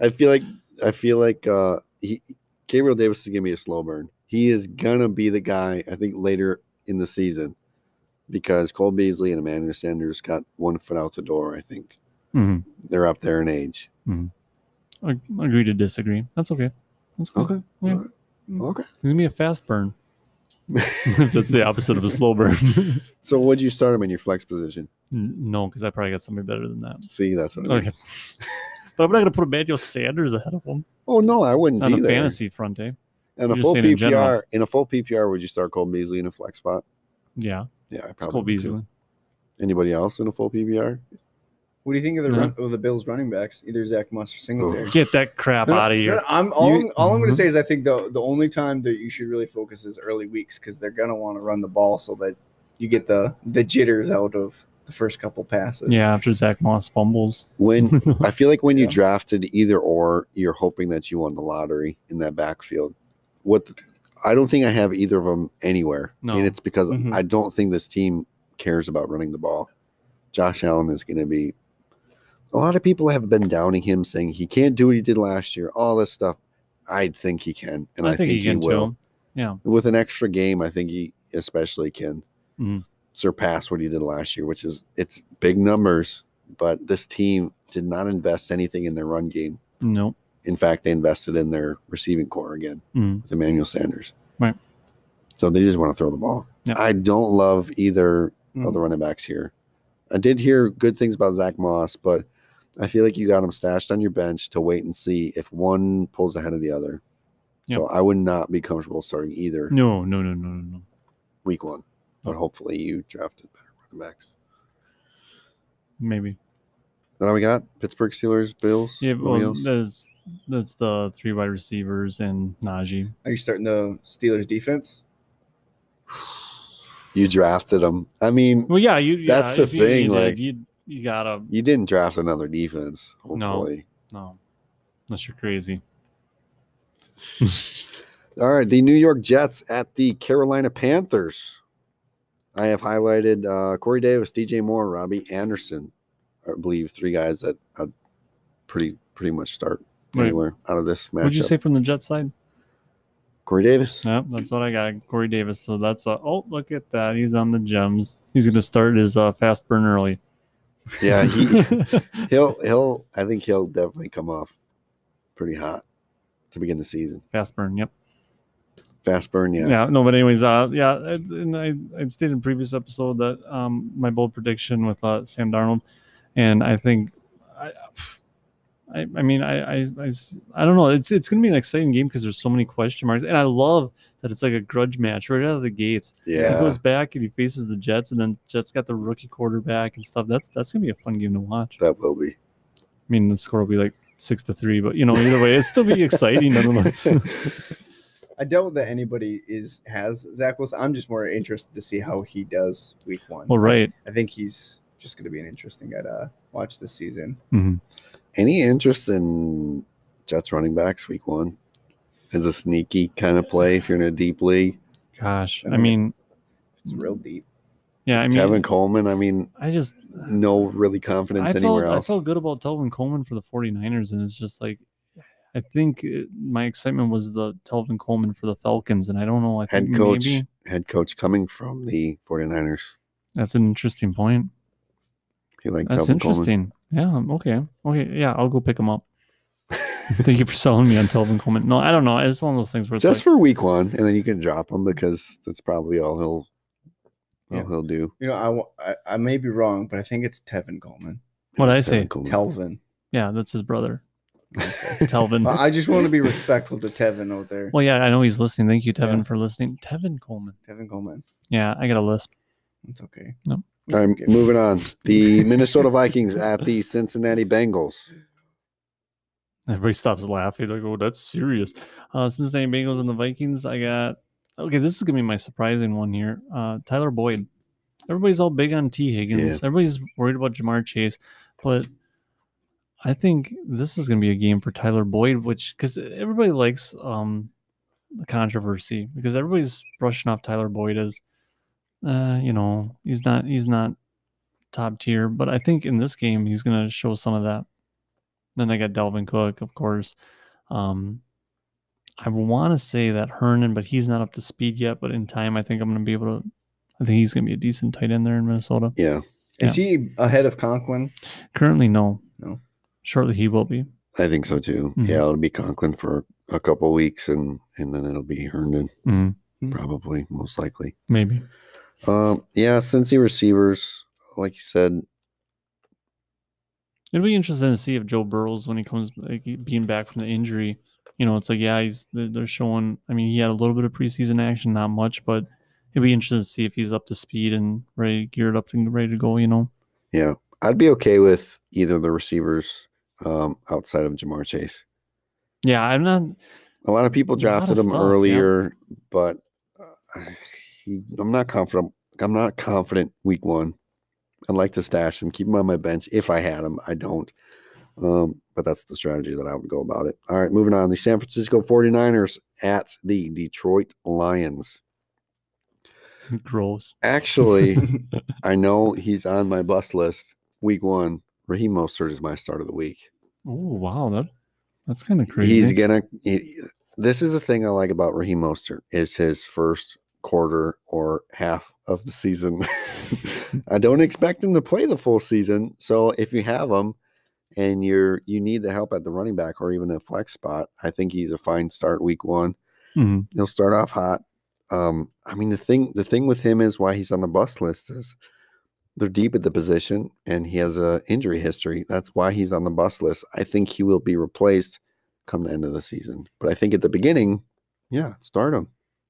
A: I feel like I feel like uh, he, Gabriel Davis is gonna be a slow burn. He is gonna be the guy I think later in the season because Cole Beasley and Emmanuel Sanders got one foot out the door. I think
B: Mhm.
A: they're up there in age.
B: Ag- Agree to disagree. That's okay. That's cool.
A: Okay.
B: Yeah.
A: All right. Okay.
B: It's gonna be a fast burn. That's the opposite of a slow burn. N-
A: So would you start him in your flex position?
B: no, because I probably got somebody better than that.
A: See, that's what I mean.
B: Okay. but I'm not gonna put Emmanuel Sanders ahead of him
A: Oh no, I wouldn't
B: on a
A: either.
B: fantasy front, eh?
A: And a
B: You're
A: full
B: saying in general.
A: PPR. In a full PPR, would you start Cole Beasley in a flex spot?
B: Yeah,
A: Yeah, I
B: it's
A: probably.
B: Cole
A: would, too.
B: Beasley.
A: Anybody else in a full PPR?
C: What do you think of the
B: No.
C: run, of the Bills running backs? Either Zach Moss or Singletary.
B: Get that crap
C: No, no,
B: out of
C: no,
B: here.
C: no, I'm all,
A: You-
C: all I'm going
B: Mhm.
C: to say is I think the the only time that you should really focus is early weeks because they're going to want to run the ball so that you get the the jitters out of the first couple passes.
B: Yeah, after Zach Moss fumbles.
A: When I feel like when you
C: Yeah.
A: drafted either or, you're hoping that you won the lottery in that backfield. What the- I don't think I have either of them anywhere,
B: No.
A: and it's because
C: Mhm.
A: I don't think this team cares about running the ball. Josh Allen is going to be. A lot of people have been downing him, saying he can't do what he did last year. All this stuff. I think he can, and I, think, he,
B: can
A: will.
B: too. Yeah.
A: With an extra game, I think he especially can
B: Mhm.
A: surpass what he did last year, which is it's big numbers. But this team did not invest anything in their run game.
B: Nope.
A: In fact, they invested in their receiving core again
B: Mm.
A: with Emmanuel Sanders.
B: Right.
A: So they just want to throw the ball.
B: Yep.
A: I don't love either of
C: Mhm.
A: the running backs here. I did hear good things about Zach Moss, but I feel like you got him stashed on your bench to wait and see if one pulls ahead of the other. So I would not be comfortable starting either
B: No, no, no, no, no, no.
A: week one. But
B: Mm.
A: hopefully you drafted better running backs.
B: Maybe.
A: Then all we got Pittsburgh Steelers, Bills.
B: Yeah,
A: nobody
B: well,
A: else?
B: that's that's the three wide receivers and Najee.
C: Are you starting the Steelers defense?
A: you drafted them. I mean,
B: Well, yeah, you.
A: That's
B: yeah,
A: the
B: if you- you
A: thing,
B: did,
A: like-
B: you you gotta
A: you didn't draft another defense. Hopefully,
B: no, unless you're crazy.
A: all right. The New York Jets at the Carolina Panthers. I have highlighted uh, Corey Davis, DJ Moore, Robbie Anderson. I believe three guys that I'd pretty pretty much start
B: Right.
A: anywhere out of this matchup.
B: What'd you say from the Jets side?
A: Corey Davis.
B: No, that's what I got. Corey Davis. So that's a. Oh, look at that. He's on the gems. He's gonna start his uh, fast burn early.
A: Yeah, he he'll he'll I think he'll definitely come off pretty hot to begin the season.
B: fast burn. Yep.
A: Fast burn, yeah.
B: yeah no but anyways uh yeah I- and i i stated in previous episode that um my bold prediction with uh sam darnold and i think i i, I mean I, I I s- I don't know it's it's gonna be an exciting game because there's so many question marks and i love that it's like a grudge match right out of the gates
A: Yeah.
B: he goes back and he faces the jets and then jets got the rookie quarterback and stuff that's that's gonna be a fun game to watch i
A: That will be.
B: mean the score will be like six to three but you know either way it's still be exciting nonetheless
C: I doubt that anybody is has Zach Wilson. I'm just more interested to see how he does week one.
B: well right
C: I, I think he's just going to be an interesting guy to watch this season.
B: Mhm.
A: Any interest in Jets running backs week one? As a sneaky kind of play if you're in a deep league.
B: gosh i
C: Okay.
B: mean
C: It's real
B: Mm-hmm.
C: deep.
B: yeah i mean
A: Tevin Coleman, I mean,
B: I just
A: no really confidence
B: I felt,
A: anywhere
B: I
A: else.
B: felt good about Telvin Coleman for the 49ers, and it's just like I think it, my excitement was the Telvin Coleman for the Falcons, and I don't know. I think
A: Head coach
B: maybe
A: head coach coming from the 49ers.
B: that's an interesting point.
A: He liked
B: That's um,
A: Tevin Coleman.
B: interesting. Yeah. Okay. Okay. Yeah. I'll go pick him up. Thank you for selling me on Telvin Coleman. No, I don't know. It's one of those things where it's
A: Just
B: like,
A: for week one, and then you can drop him because that's probably all he'll all
B: Yeah.
A: he'll do.
C: You know, I wa- I, I may be wrong, but I think it's Tevin Coleman.
B: what I
A: It's
B: say.
A: Tevin Coleman.
C: Telvin.
B: Yeah, that's his brother,
C: Okay.
B: Telvin.
C: I I just want to be respectful to Tevin out there.
B: well, yeah, I know he's listening. Thank you, Tevin,
C: Yeah.
B: for listening. Tevin Coleman.
C: Tevin Coleman.
B: Yeah, I got a list.
C: It's okay.
B: No.
A: All right, moving on. The Minnesota Vikings at the Cincinnati Bengals.
B: Everybody stops laughing. Like, oh, that's serious. Uh, Cincinnati Bengals and the Vikings. I got okay. This is gonna be my surprising one here. Uh, Tyler Boyd. Everybody's all big on T. Higgins.
A: Yeah.
B: Everybody's worried about Jamar Chase, but I think this is gonna be a game for Tyler Boyd, which because everybody likes um the controversy because everybody's brushing off Tyler Boyd as uh, you know he's not he's not top tier, but I think in this game he's gonna show some of that. Then I got Delvin Cook, of course. Um, I want to say that Hernan, but he's not up to speed yet. But in time, I think I'm going to be able to. I think he's going to be a decent tight end there in Minnesota.
A: Yeah,
C: Is he ahead of Conklin?
B: Currently, no.
C: No.
B: Shortly, he will be.
A: I think so too.
B: Mhm.
A: Yeah, it'll be Conklin for a couple weeks, and and then it'll be Herndon
B: Mm,
A: probably, most likely.
B: maybe.
A: Um, yeah, Cincy receivers, like you said,
B: It'll be interesting to see if Joe Burrows, when he comes like, being back from the injury, you know, it's like, yeah, he's they're they're showing. I mean, he had a little bit of preseason action, not much, but it'll be interesting to see if he's up to speed and ready, geared up and ready to go. You know,
A: yeah, I'd be okay with either of the receivers um, outside of Jamar Chase.
B: yeah, I'm not.
A: A lot of people
B: A lot of
A: drafted him
B: stuff, yeah.
A: earlier, but uh, he, I'm not confident. I'm not confident week one. I'd like to stash him, keep him on my bench if I had him. I don't. Um, but that's the strategy that I would go about it. All right, moving on. The San Francisco 49ers at the Detroit Lions.
B: Gross.
A: Actually, I know he's on my bust list. Week one, Raheem Mostert is my start of the week.
B: Oh wow, that that's kind of crazy.
A: He's gonna. he- this is the thing I like about Raheem Mostert is his first quarter or half of the season. I don't expect him to play the full season. So if you have him and you're you need the help at the running back or even a flex spot, I think he's a fine start week one.
B: Mhm.
A: He'll start off hot. Um, I mean the thing the thing with him is why he's on the bus list is they're deep at the position and he has a injury history. That's why he's on the bus list. I think he will be replaced come the end of the season. But I think at the beginning, yeah, start him.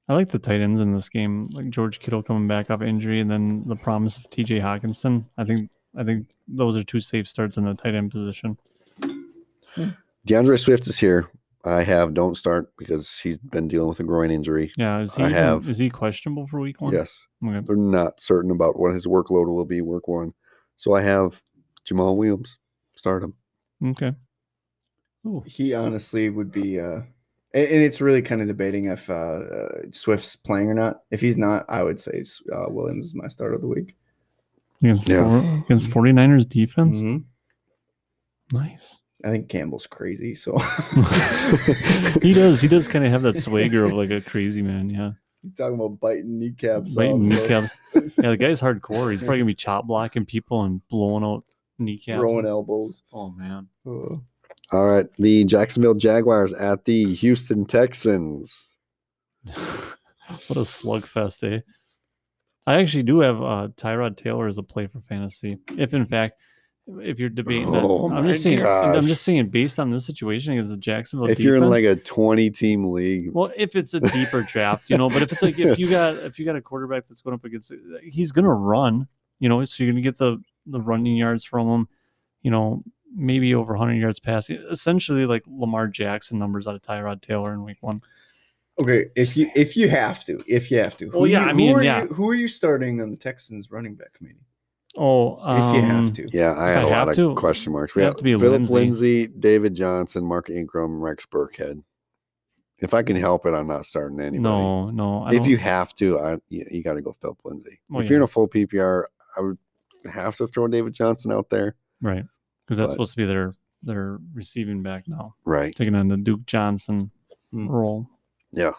B: I like the tight ends in this game, like George Kittle coming back off injury, and then the promise of T.J. Hawkinson. I think I think those are two safe starts in the tight end position.
A: DeAndre Swift is here. I have don't start because he's been dealing with a groin injury.
B: Yeah, is he
A: I
B: even-
A: have-
B: is he questionable for week one?
A: Yes.
B: Okay.
A: They're not certain about what his workload will be, work one. So I have Jamal Williams. Start him.
B: Okay. Ooh.
C: he honestly would be uh and, and it's really kind of debating if uh, uh swift's playing or not if he's not i would say uh, williams is my start of the week
B: Against
A: Yeah.
B: four- against 49ers defense.
A: Mm-hmm.
B: Nice.
C: Mm-hmm. i think campbell's crazy so
B: he does. He does kind of have that swagger of like a crazy man. Yeah.
C: You're talking about biting kneecaps
B: Biting
C: off, so
B: kneecaps. Yeah, the guy's hardcore. He's probably gonna be chop blocking people and blowing out kneecaps.
C: throwing elbows
B: Oh man.
C: Uh,
A: All right. The Jacksonville Jaguars at the Houston Texans.
B: what a slugfest, eh? I actually do have uh, Tyrod Taylor as a play for fantasy. If in fact, if you're debating that,
A: Oh
B: I'm
A: my
B: just saying, I'm
A: gosh.
B: just saying, based on this situation against the Jacksonville,
A: If you're in
B: defense-
A: like a 20 team league,
B: well, if it's a deeper draft, you know, but if it's like if you got if you got a quarterback that's going up against, he's gonna run, you know, so you're gonna get the the running yards from him, you know, maybe over 100 yards passing, essentially like Lamar Jackson numbers out of Tyrod Taylor in Week One.
C: okay if you if you have to if you have to
B: Well, yeah,
C: you-
B: I mean,
C: are
B: yeah.
C: you, who are you starting on the texans running back committee
B: Oh,
C: if
B: um,
C: you have to
A: Yeah, I
B: If
A: had
B: I
A: a
B: have
A: lot of
B: to,
A: question marks.
B: it'd
A: We
B: have
A: had
B: to be
A: Philip
B: Lindsey.
A: Lindsay, David Johnson, Mark Ingram, Rex Burkhead. If I can help it, I'm not starting anybody.
B: No, no. I
A: if
B: don't-
A: you have to, I you, you got to go Philip Lindsay.
B: Well,
A: if you're in a full PPR, I would have to throw David Johnson out there.
B: right, because that's
A: but-
B: supposed to be their their receiving back now,
A: Right.
B: taking on the Duke Johnson
C: Hmm.
B: role.
A: Yeah.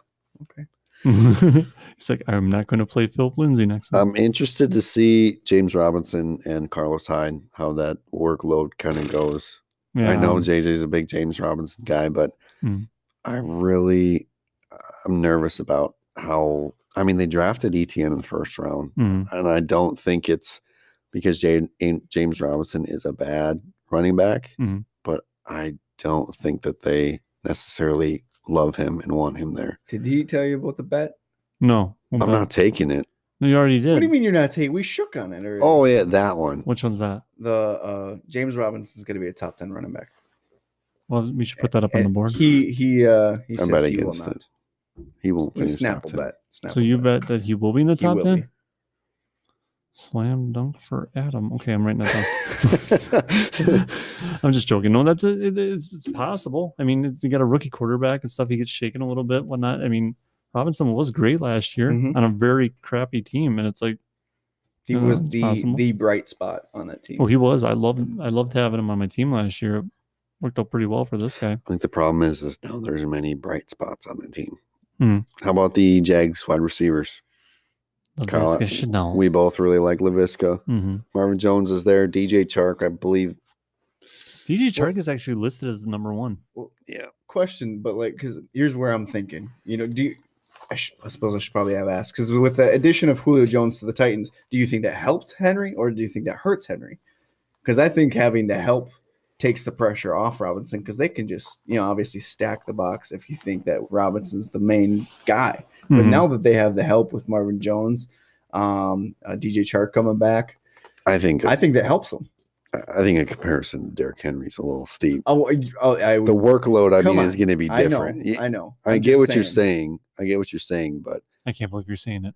C: okay
B: He's like, I'm not going to play Philip Lindsay next week.
A: I'm interested to see James Robinson and Carlos Hyde how that workload kind of goes. I know
B: Yeah.
A: JJ's a big James Robinson guy, but
B: Mm.
A: I really I'm nervous about how I mean they drafted ETN in the first round,
B: Mhm.
A: and I don't think it's because J- James Robinson is a bad running back,
B: Mhm.
A: but I don't think that they necessarily love him and want him there.
C: Did he tell you about the bet?
B: No,
A: I'm not taking it.
B: You already did.
C: What do you mean you're not taking? We shook on it. Earlier.
A: Oh yeah, that one.
B: Which one's that?
C: the uh, James Robinson is going to be a top ten running back.
B: Well, we should put that up on the
C: And
B: board.
C: Eh, He he uh, he
A: I
C: says
A: bet
C: he will
A: against
C: not.
A: it. He won't
C: It's
A: finish top
C: Snapple
A: 10.
C: bet. Snapple
B: so you
C: bet.
B: bet that he will be in the
C: He
B: top
C: will be.
B: ten. Slam dunk for Adam. Okay, I'm writing that down. I'm just joking. No, that's a, it, it's, it's possible. I mean, it's, you got a rookie quarterback and stuff. He gets shaken a little bit, whatnot. I mean, Robinson was great last year
C: Mhm.
B: on a very crappy team, and it's like,
C: He
B: Uh,
C: was
B: it's
C: the
B: possible.
C: the bright spot on that team.
B: well, he was. I loved, I loved having him on my team last year. Worked out pretty well for this guy.
A: I think the problem is, is now there's many bright spots on the team.
B: Hmm.
A: How about the Jags wide receivers? Kyle,
B: Leviska should know.
A: We both really like Lavisca.
B: hmm
A: Marvin Jones is there. DJ Chark, I believe.
B: DJ Chark is actually listed as number one.
A: Yeah.
C: Question, but like, because here's where I'm thinking. You know, do you, I, sh- I suppose I should probably have asked because with the addition of Julio Jones to the Titans, do you think that helped Henry or do you think that hurts Henry? Because I think having the help takes the pressure off Robinson because they can just you know obviously stack the box if you think that Robinson's the main guy. But
A: Mm-hmm.
B: Mhm.
C: now that they have the help with Marvin Jones, um, uh, DJ Chark coming back,
A: I think
C: I
A: I,
C: think that helps them.
A: think a comparison to Derrick Henry's a little steep.
C: Oh, I, oh, I,
A: The workload, I
C: Come
A: mean,
C: on.
A: is going to be
C: I know,
A: different. I,
C: I know.
A: I
C: I'm
A: get
C: just
A: what you're saying. I get what you're saying, but
B: I can't believe you're saying it.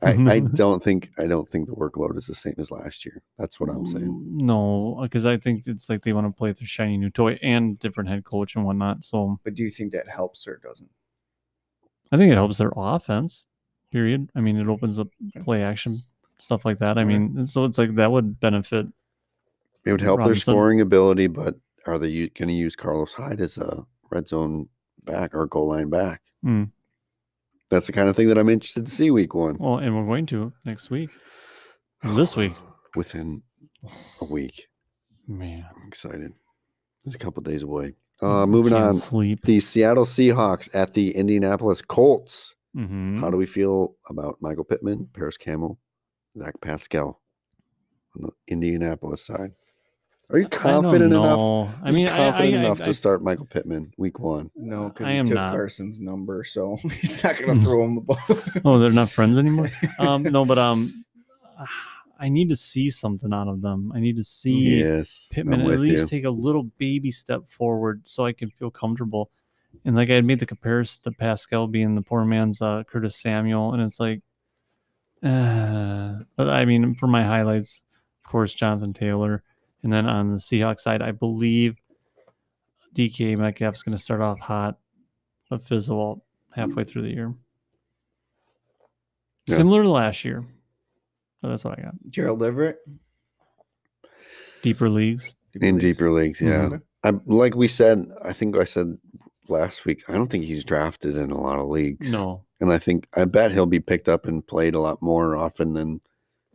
A: I, I don't think I don't think the workload is the same as last year. That's what I'm saying.
B: Mm, No, because I think it's like they want to play with their shiny new toy and different head coach and whatnot. So
C: But do you think that helps or doesn't?
B: I think it helps their offense. Period. I mean, it opens up play action stuff like that. I
C: Okay.
B: mean, and so it's like that would benefit.
A: It would help their
B: Robinson.
A: scoring ability, but are they going to use Carlos Hyde as a red zone back or goal line back?
B: Mm.
A: That's the kind of thing that I'm interested to see week one.
B: Well, and we're going to next week, this week.
A: Within a week.
B: man.
A: I'm excited. It's a couple days away. Uh, moving
B: can't
A: on.
B: Sleep.
A: The Seattle Seahawks at the Indianapolis Colts.
B: Mhm.
A: How do we feel about Michael Pittman, Paris Camel, Zach Pascal on the Indianapolis side? Are you
B: I don't
A: confident enough?
B: know. I
A: Are you
B: mean, I-
A: confident
B: I, I,
A: enough
B: I,
A: to start Michael Pittman week one.
C: No, because
B: I
C: he
B: am
C: took
B: not.
C: Carson's number, so he's not
A: Mm-hmm.
C: going to throw him the ball.
B: Oh, they're not friends anymore. um, no, but um, I need to see something out of them. I need to see.
A: Yes,
B: Pittman
A: I'm
B: at
A: with
B: least
A: you.
B: take a little baby step forward so I can feel comfortable. And like I had made the comparison to Pascal being the poor man's uh, Curtis Samuel, and it's like, uh, but I mean, for my highlights, of course, Jonathan Taylor, and then on the Seahawks side, I believe DK Metcalf's going to start off hot, but fizzle out halfway through the year.
A: Yeah.
B: Similar to last year, but that's what I got.
C: Gerald Everett
B: Deeper leagues. Mm-hmm.
A: in deeper leagues. Yeah,
C: Mhm.
A: I, like we said, I think I said last week. I don't think he's drafted in a lot of leagues.
B: No,
A: and I think I bet he'll be picked up and played a lot more often than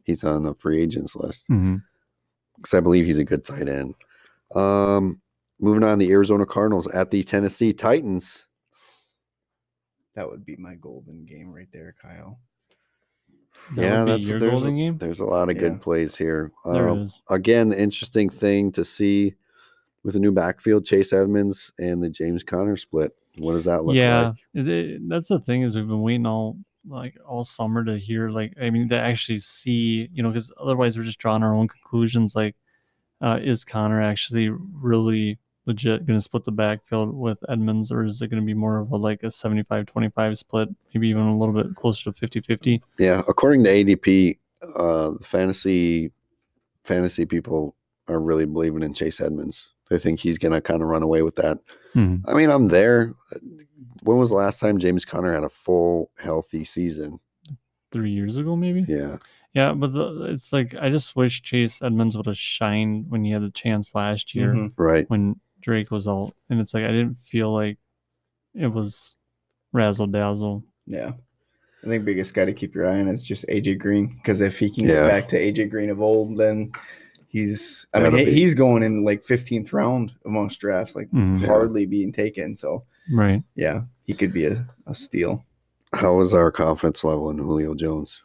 A: he's on the free agents list
B: mm-hmm.
A: because I believe he's a good tight end. Um, moving on, the Arizona Cardinals at the Tennessee Titans.
C: That would be my golden game right there, Kyle.
A: yeah, that's
B: your
A: there's
B: golden
A: a,
B: game.
A: There's a lot of
C: Yeah.
A: good plays here.
B: There
A: Um,
B: it is.
A: again, the interesting thing to see with the new backfield, Chase Edmonds and the James Conner split. What does that look
B: yeah,
A: like?
B: it- it- that's the thing is we've been waiting all like all summer to hear like I mean to actually see you know because otherwise we're just drawing our own conclusions. Like, uh, is Connor actually really legit going to split the backfield with Edmonds, or is it going to be more of a like a 75-25 split, maybe even a little bit closer to 50-50?
A: Yeah, according to ADP, uh, the fantasy fantasy people are really believing in Chase Edmonds. They think he's going to kind of run away with that.
B: Mhm.
A: I mean, I'm there. When was the last time James Conner had a full healthy season?
B: Three years ago, maybe.
A: Yeah,
B: Yeah, but the, it's like I just wish Chase Edmonds would have shined when he had the chance last year.
C: Mhm.
A: right.
B: when Drake was out, and it's like I didn't feel like it was razzle dazzle.
C: Yeah. I think biggest guy to keep your eye on is just AJ Green because if he can
A: Yeah.
C: get back to AJ Green of old, then He's I
A: Gotta
C: mean
A: be.
C: he, he's going in like 15th round amongst drafts, like
B: Mhm.
A: Yeah.
C: hardly being taken. So
B: Right.
C: yeah, he could be a, a steal.
A: How is our confidence level in Julio Jones?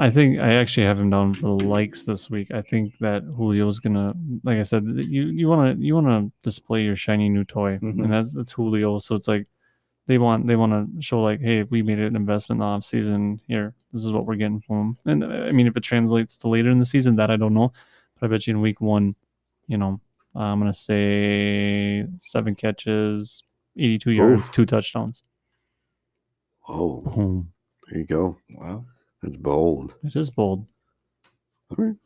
B: I think I actually have him down for the likes this week. I think that Julio's gonna, like I said, th- you you want to you want to display your shiny new toy,
C: Mhm.
B: and that's that's Julio. So it's like they want they want to show like, hey, we made an investment in the off season. Here, this is what we're getting from him. And uh, I mean, if it translates to later in the season, that I don't know, but I bet you in week one, you know, I'm gonna say seven catches, 82 yards,
A: Oof.
B: two touchdowns.
A: Oh,
B: Boom.
A: there you go.
C: Wow.
A: That's bold.
B: It is bold.
A: All right.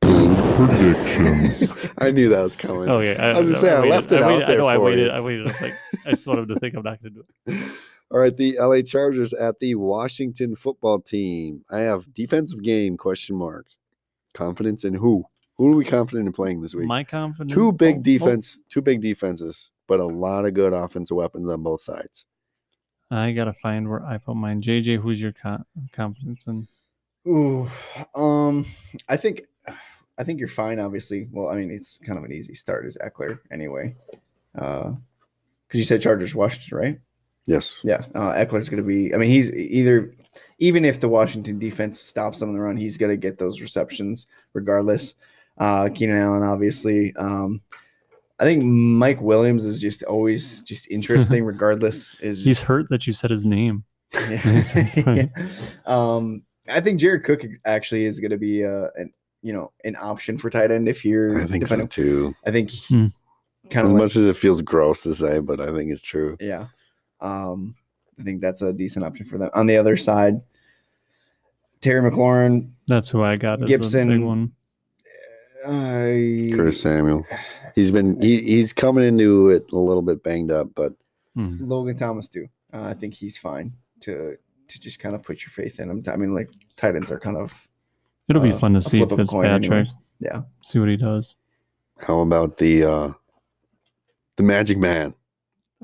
D: Predictions.
A: I knew that was coming.
B: Okay, Oh, I,
A: was gonna say, I
B: waited-
A: left it out
B: waited, I
A: there
B: know I
A: for you.
B: waited. I waited. I was like, I just wanted to think I'm not going to do it.
A: All right, the LA Chargers at the Washington football team. I have defensive game question mark. Confidence in who? Who are we confident in playing this week?
B: My confidence.
A: two big
B: oh, oh,
A: defense, two big defenses, but a lot of good offensive weapons on both sides.
B: I gotta find where I put mine. JJ, who's your con- confidence in?
C: Ooh, um, I think, I think you're fine. Obviously, well, I mean, it's kind of an easy start as Eckler anyway, because you said Chargers Washington, right?
A: Yes.
C: Yeah, uh, Eckler's going to be. I mean, he's e, either even if the Washington defense stops him on the run, he's going to get those receptions regardless. Uh, Keenan Allen, obviously. Um, I think Mike Williams is just always just interesting, regardless. Is
B: He's hurt that you said his name. He's-
C: yeah.
B: he's fine.
C: Yeah. Um, I think Jared Cook actually is going to be uh, an you know an option for tight end if you're.
A: I think so
C: depending-
A: too.
C: I think
B: Hmm.
C: kind
A: As
C: of
A: much as it feels gross to say, but I think it's true.
C: yeah. Um, I think that's a decent option for them. On the other side, Terry McLaurin,
B: That's who I got. As Gibson. big
C: Gibson.
B: one.
C: I,
A: Curtis Samuel. He's been he, he's coming into it a little bit banged up, but
B: Mhm.
C: Logan Thomas too. Uh, I think he's fine to to just kind of put your faith in him. I mean, like tight ends are kind of
B: It'll be
C: Uh,
B: fun to
C: a
B: see
C: flip of a coin
B: Fitzpatrick.
C: anyway. Yeah.
B: See what he does.
A: how about the uh the Magic Man,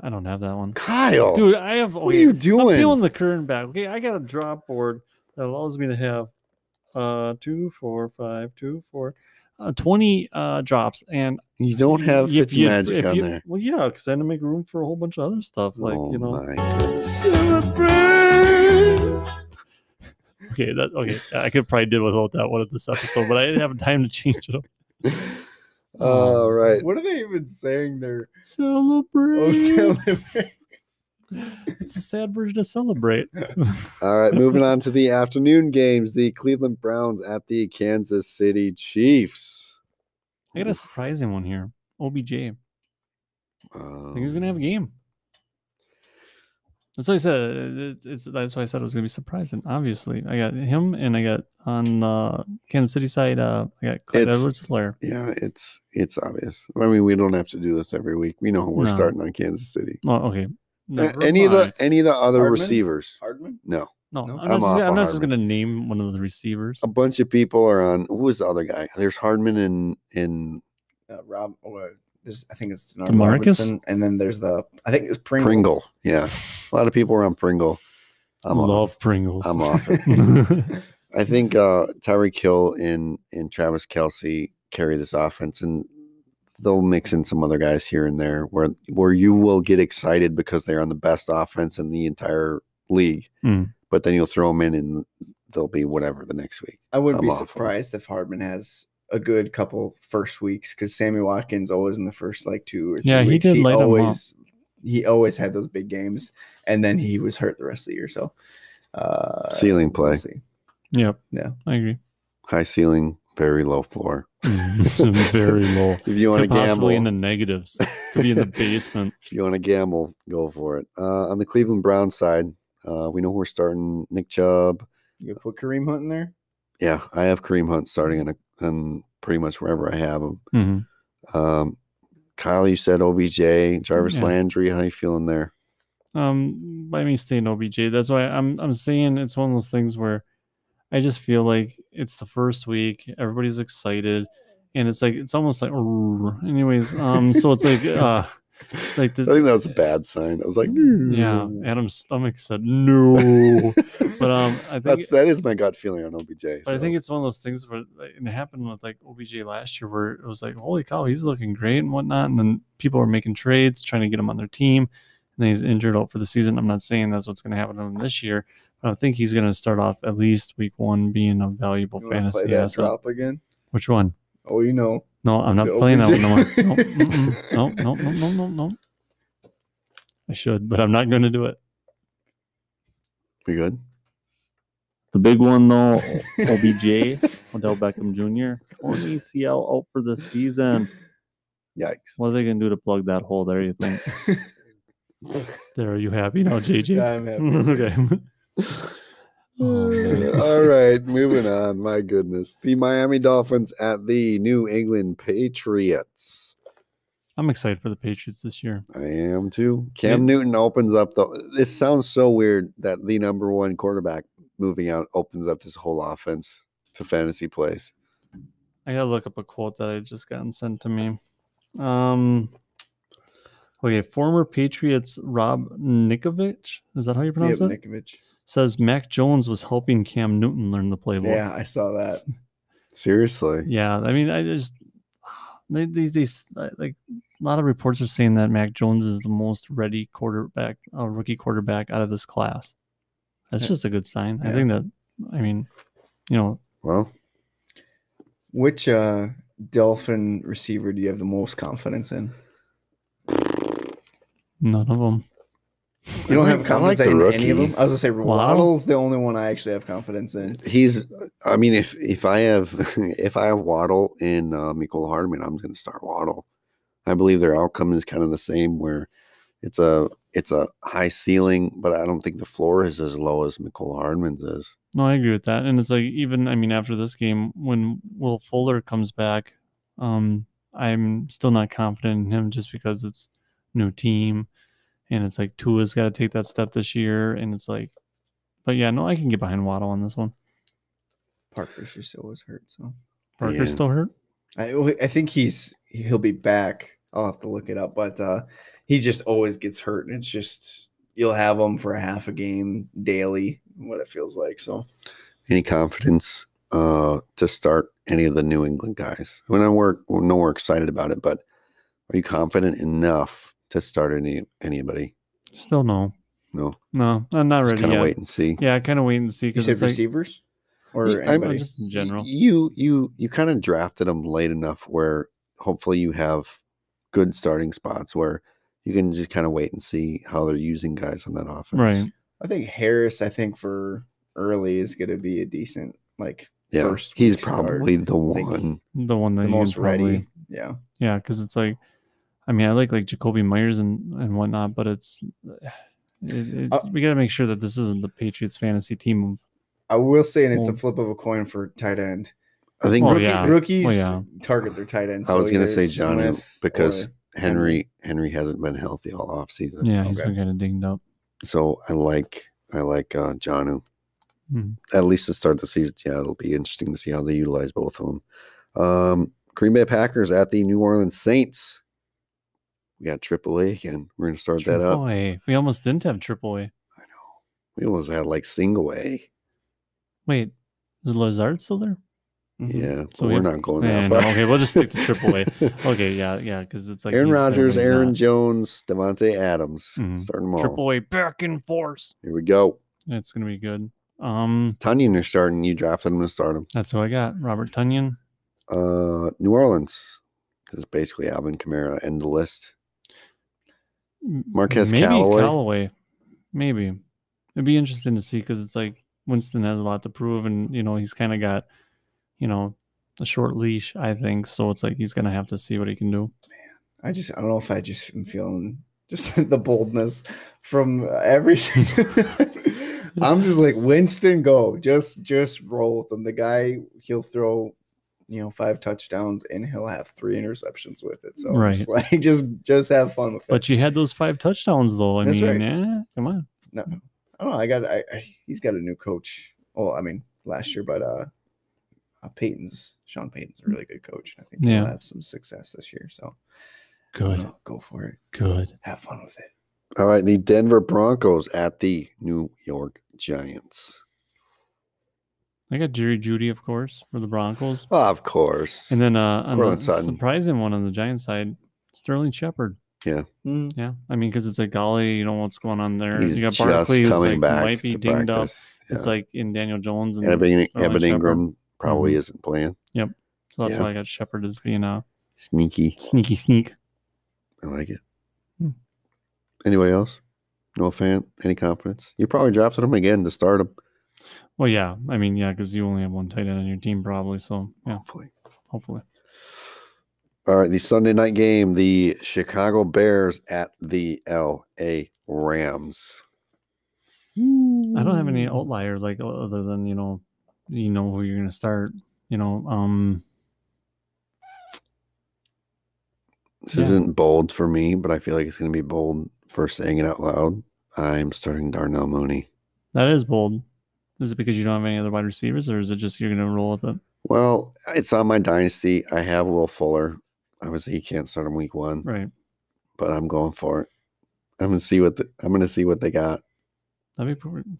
B: I don't have that one.
A: Kyle?
B: Dude, I have.
A: what are you
B: I'm feeling
A: doing?
B: the current back. Okay, I got a drop board that allows me to have uh two, four, five, two, four, uh, twenty uh drops, and
A: You don't have
B: if
A: Fitz
B: you-
A: Magic
B: if
A: on
B: you-
A: there.
B: Well, yeah, because I had to make room for a whole bunch of other stuff, like
A: oh
B: you know.
A: my
B: Okay, that okay. I could probably did without that one at this episode, but I didn't have time to change it. up.
A: Oh, All right.
C: what are they even saying there?
B: Celebrate.
C: Oh, celebrate.
B: It's a sad version of celebrate.
A: All right. Moving on to the afternoon games. The Cleveland Browns at the Kansas City Chiefs.
B: I
A: Oh.
B: got a surprising one here. OBJ. I think he's gonna have a
A: Um,
B: game. That's why I said it- it's. That's why I said it was gonna be surprising. Obviously, I got him, and I got on the Kansas City side. Uh, I got Clyde
A: It's-
B: Edwards Hilaire.
A: Yeah, it's it's obvious. I mean, we don't have to do this every week. We know we're
B: No.
A: starting on Kansas City.
B: Oh, okay.
A: Uh,
B: Never
A: any of the
B: mind.
A: any of the other
C: Hardman?
A: receivers?
C: Hardman.
A: No,
B: no,
A: I'm
B: I'm,
C: No,
B: not, just,
A: off
B: gonna- I'm
A: on
B: not just
A: Hardman.
B: gonna name one of the receivers.
A: a bunch of people are on. Who was the other guy? There's Hardman and and
C: Uh, Rob. Oh, uh, there's I think it's Denard
B: Demarcus?
C: Robertson, and then there's the I think it's Pringle.
A: Pringle. Yeah, a lot of people are on Pringle. I'm
B: Love
A: off.
B: Pringles.
A: I'm off. it. I think uh, Tyreek Hill and and Travis Kelsey carry this offense, and they'll mix in some other guys here and there where where you will get excited because they're on the best offense in the entire league.
B: Mm.
A: But then you'll throw them in, and they'll be whatever the next week.
C: I wouldn't
A: I'm
C: be
A: off on it.
C: surprised if Hardman has a good couple first weeks because Sammy Watkins always in the first like two or three
B: Yeah, he
C: weeks,
B: did light 'em up.
C: always he always had those big games, and then he was hurt the rest of the year. So uh,
A: Ceiling
C: we'll
A: play,
C: see.
B: Yep.
C: Yeah.
B: I agree.
A: high ceiling, very low floor.
B: Very low.
A: If Mm-hmm. you want to
B: Could
A: gamble,
B: possibly in the negatives. Could be in the basement.
A: if you want to gamble, go for it. Uh, on the Cleveland Brown side, uh, we know we're starting Nick Chubb.
C: You put Kareem Hunt in there.
A: Yeah, I have Kareem Hunt starting in a in pretty much wherever I have him.
B: Mhm.
A: Um, Kyle, you said OBJ, Jarvis
B: Yeah.
A: Landry. How you feeling there?
B: Um, by me staying OBJ, that's why I'm I'm saying it's one of those things where I just feel like it's the first week, everybody's excited, and it's like it's almost like "Arr." anyways. Um, so it's like uh Like
A: I
B: the,
A: think that was a bad sign. That was like,
B: yeah, Adam's stomach said no. but um, I think
A: that's that is my gut feeling on OBJ.
B: But I
A: so.
B: think it's one of those things where like, and it happened with like OBJ last year where it was like, holy cow, he's looking great and whatnot. And then people are making trades, trying to get him on their team. And then he's injured out for the season. I'm not saying that's what's going to happen to him this year, but I think he's going to start off at least week one being a valuable
C: You wanna play
B: fantasy
C: that
B: asset.
C: drop again?
B: Which one?
C: Oh, you know.
B: No, I'm not
C: The
B: playing that one. No,
C: OBJ.
B: no, mm-mm. no, no, no, no, no, no. I should, but I'm not going to do it.
A: we good.
D: The big one though, OBJ, Odell Beckham Jr. Torn ACL out for the season.
A: Yikes.
D: What are they gonna do to plug that hole there? You think?
B: There, are you happy now, JJ?
C: Yeah, I'm happy.
B: okay. Oh, man.
A: All right, moving on. My goodness, the Miami Dolphins at the New England Patriots.
B: I'm excited for the Patriots this year.
A: I am too. Cam Newton opens up the. This sounds so weird that the number one quarterback moving out opens up this whole offense to fantasy plays.
B: I gotta look up a quote that I just gotten sent to me. Um, okay, former Patriots Rob Nikovich, is that how you
C: Yeah,
B: pronounce it?
C: Nikovich.
B: Says Mac Jones was helping Cam Newton learn the playbook.
C: Yeah, I saw that.
A: Seriously,
B: Yeah, I mean, I just they they, they s- like a lot of reports are saying that Mac Jones is the most ready quarterback, uh, rookie quarterback out of this class. That's
C: Yeah.
B: just a good sign. I
C: Yeah.
B: think that, I mean, you know,
A: well,
C: Which uh, Dolphin receiver do you have the most confidence in?
B: none of them.
C: You don't have
A: I like
C: confidence
A: the
C: in any of
A: rookie.
C: them. I was gonna say
B: Waddle?
C: Waddle's the only one I actually have confidence in.
A: he's. I mean, if if I have if I have Waddle and uh, Michael Hardman, I'm going to start Waddle. I believe their outcome is kind of the same, where it's a it's a high ceiling, but I don't think the floor is as low as Michael Hardman's is.
B: No, I agree with that. And it's like even I mean after this game, when Will Fuller comes back, um, I'm still not confident in him just because it's new team and it's like Tua's gotta take that step this year and it's like but yeah, no, I can get behind Waddle on this one.
C: Parker still was hurt, so
B: Parker's
A: Yeah.
B: still hurt.
C: I I think he's he'll be back. I'll have to look it up, but uh, he just always gets hurt, and it's just you'll have him for a half a game daily, what it feels like. So
A: Any confidence uh, to start any of the New England guys? When I work, well, no, we're excited about it, but are you confident enough to start any anybody?
B: Still no.
A: No,
B: No, I'm not
A: just
B: ready
A: kind
B: yet.
A: of wait and see.
B: Yeah, I kinda wait and see
C: you
B: because
C: said
B: it's like
C: receivers or
A: Yeah, I'm-
B: no,
C: anybody?
B: just in
A: y-
B: general.
A: You you you kind of drafted them late enough where hopefully you have good starting spots where you can just kind of wait and see how they're using guys on that offense.
B: Right.
C: I think Harris. I think for early is going to be a decent like
A: Yeah.
C: First
A: He's
C: week start,
A: probably the
C: think
A: one.
B: The one that
C: the
B: Uh, you can
C: most
B: probably-
C: ready. Yeah.
B: Yeah, because it's like, I mean, I like like Jacoby Myers and and whatnot, but it's it, it,
C: Uh,
B: we got to make sure that this isn't the Patriots fantasy team. of- oh,
C: I will say, and it's a
B: Well-
C: flip of a coin for tight end.
A: I think
B: Oh,
A: Rookie-
B: yeah.
C: Rookies
B: Oh yeah,
C: target their tight ends.
A: I was gonna
C: either
A: say
C: it's
A: John
C: Smith
A: because
C: or-
A: Henry Henry hasn't been healthy all offseason.
B: yeah, he's
C: Okay.
B: been kind of dinged up.
A: So I like I like uh Janu.
B: Mhm.
A: At least to start the season. Yeah, it'll be interesting to see how they utilize both of them. Um Green Bay Packers at the New Orleans Saints. We got AAA again. We're gonna start that up.
B: Triple A. We almost didn't have triple A.
A: We almost had like single A.
B: Wait, is Lazard still there?
C: Mhm.
A: Yeah,
B: Mm-hmm. So
A: so we're
B: we-
A: not going
B: Yeah,
A: that
B: no,
A: far.
B: okay, we'll just stick to AAA. Okay, yeah, yeah, because it's like
A: Aaron
B: he's there,
A: Rodgers,
B: but he's
A: Aaron
B: not.
A: Jones, Devontae Adams,
B: Mhm.
A: starting them all.
B: triple A back in force.
A: Here we go.
B: It's gonna be good. Um,
A: Tanyan is starting. You drafted him to start him.
B: that's who I got. Robert Tunyon.
A: Uh, New Orleans is basically Alvin Kamara end the list.
B: M-
A: Marquez
B: maybe
A: Callaway.
B: Maybe it'd be interesting to see because it's like Winston has a lot to prove, and you know he's kind of got, you know, a short leash. I think so. It's like he's gonna have to see what he can do.
C: I just I don't know if I just am feeling just the boldness from every. single- I'm just like Winston, go just just roll with him. The guy he'll throw, you know, five touchdowns and he'll have three interceptions with it. So I'm just like just just have fun with it.
B: But you had those five touchdowns, though. I
C: That's
B: mean,
C: right.
B: eh, come on.
C: No, I don't know. I got. I, I he's got a new coach. Well, I mean, last year, but uh, uh Peyton's Sean Payton's a really good coach. and I think
B: Yeah.
C: he'll have some success this year. So
B: Good.
C: No, Oh, go for it.
B: Good.
C: Have fun with it.
A: All right, the Denver Broncos at the New York Giants.
B: I got Jerry Judy, of course, for the Broncos.
A: Of course.
B: And then uh, on
A: Cortland
B: the
A: Sutton.
B: surprising one on the Giants side, Sterling Shepard. Yeah, I mean, because it's a golly, you know what's going on there.
A: He's
B: you got
A: just
B: Barkley, who's
A: coming
B: like
A: back
B: might be
A: to
B: dinged up.
A: practice.
B: It's
A: Yeah.
B: like in Daniel Jones, and
A: Evan, Evan
B: Sterling Shepard. Mm-hmm.
A: Ingram probably isn't playing.
B: so that's
A: yeah.
B: why I got Shepard as being a
A: Sneaky.
B: sneaky sneak.
A: I like it.
B: Hmm.
A: Anybody else? No fan? Any confidence? You probably drafted him again to start him.
B: Well, yeah, I mean, yeah, because you only have one tight end on your team, probably. So yeah,
A: Hopefully.
B: hopefully.
A: All right, the Sunday night game, the Chicago Bears at the LA Rams.
B: I don't have
A: Hmm.
B: any outlier like o- other than you know, you know who you're gonna start. You know, um,
A: This
B: Yeah.
A: isn't bold for me, but I feel like it's going to be bold for saying it out loud. I'm starting Darnell Mooney.
B: that is bold. Is it because you don't have any other wide receivers, or is it just you're gonna roll with it?
A: Well, it's on my dynasty. I have Will Fuller. Obviously, you can't start him week one,
B: Right,
A: but I'm going for it. I'm gonna see what the, I'm gonna see what they got.
B: Mm-hmm. that'd be pretty.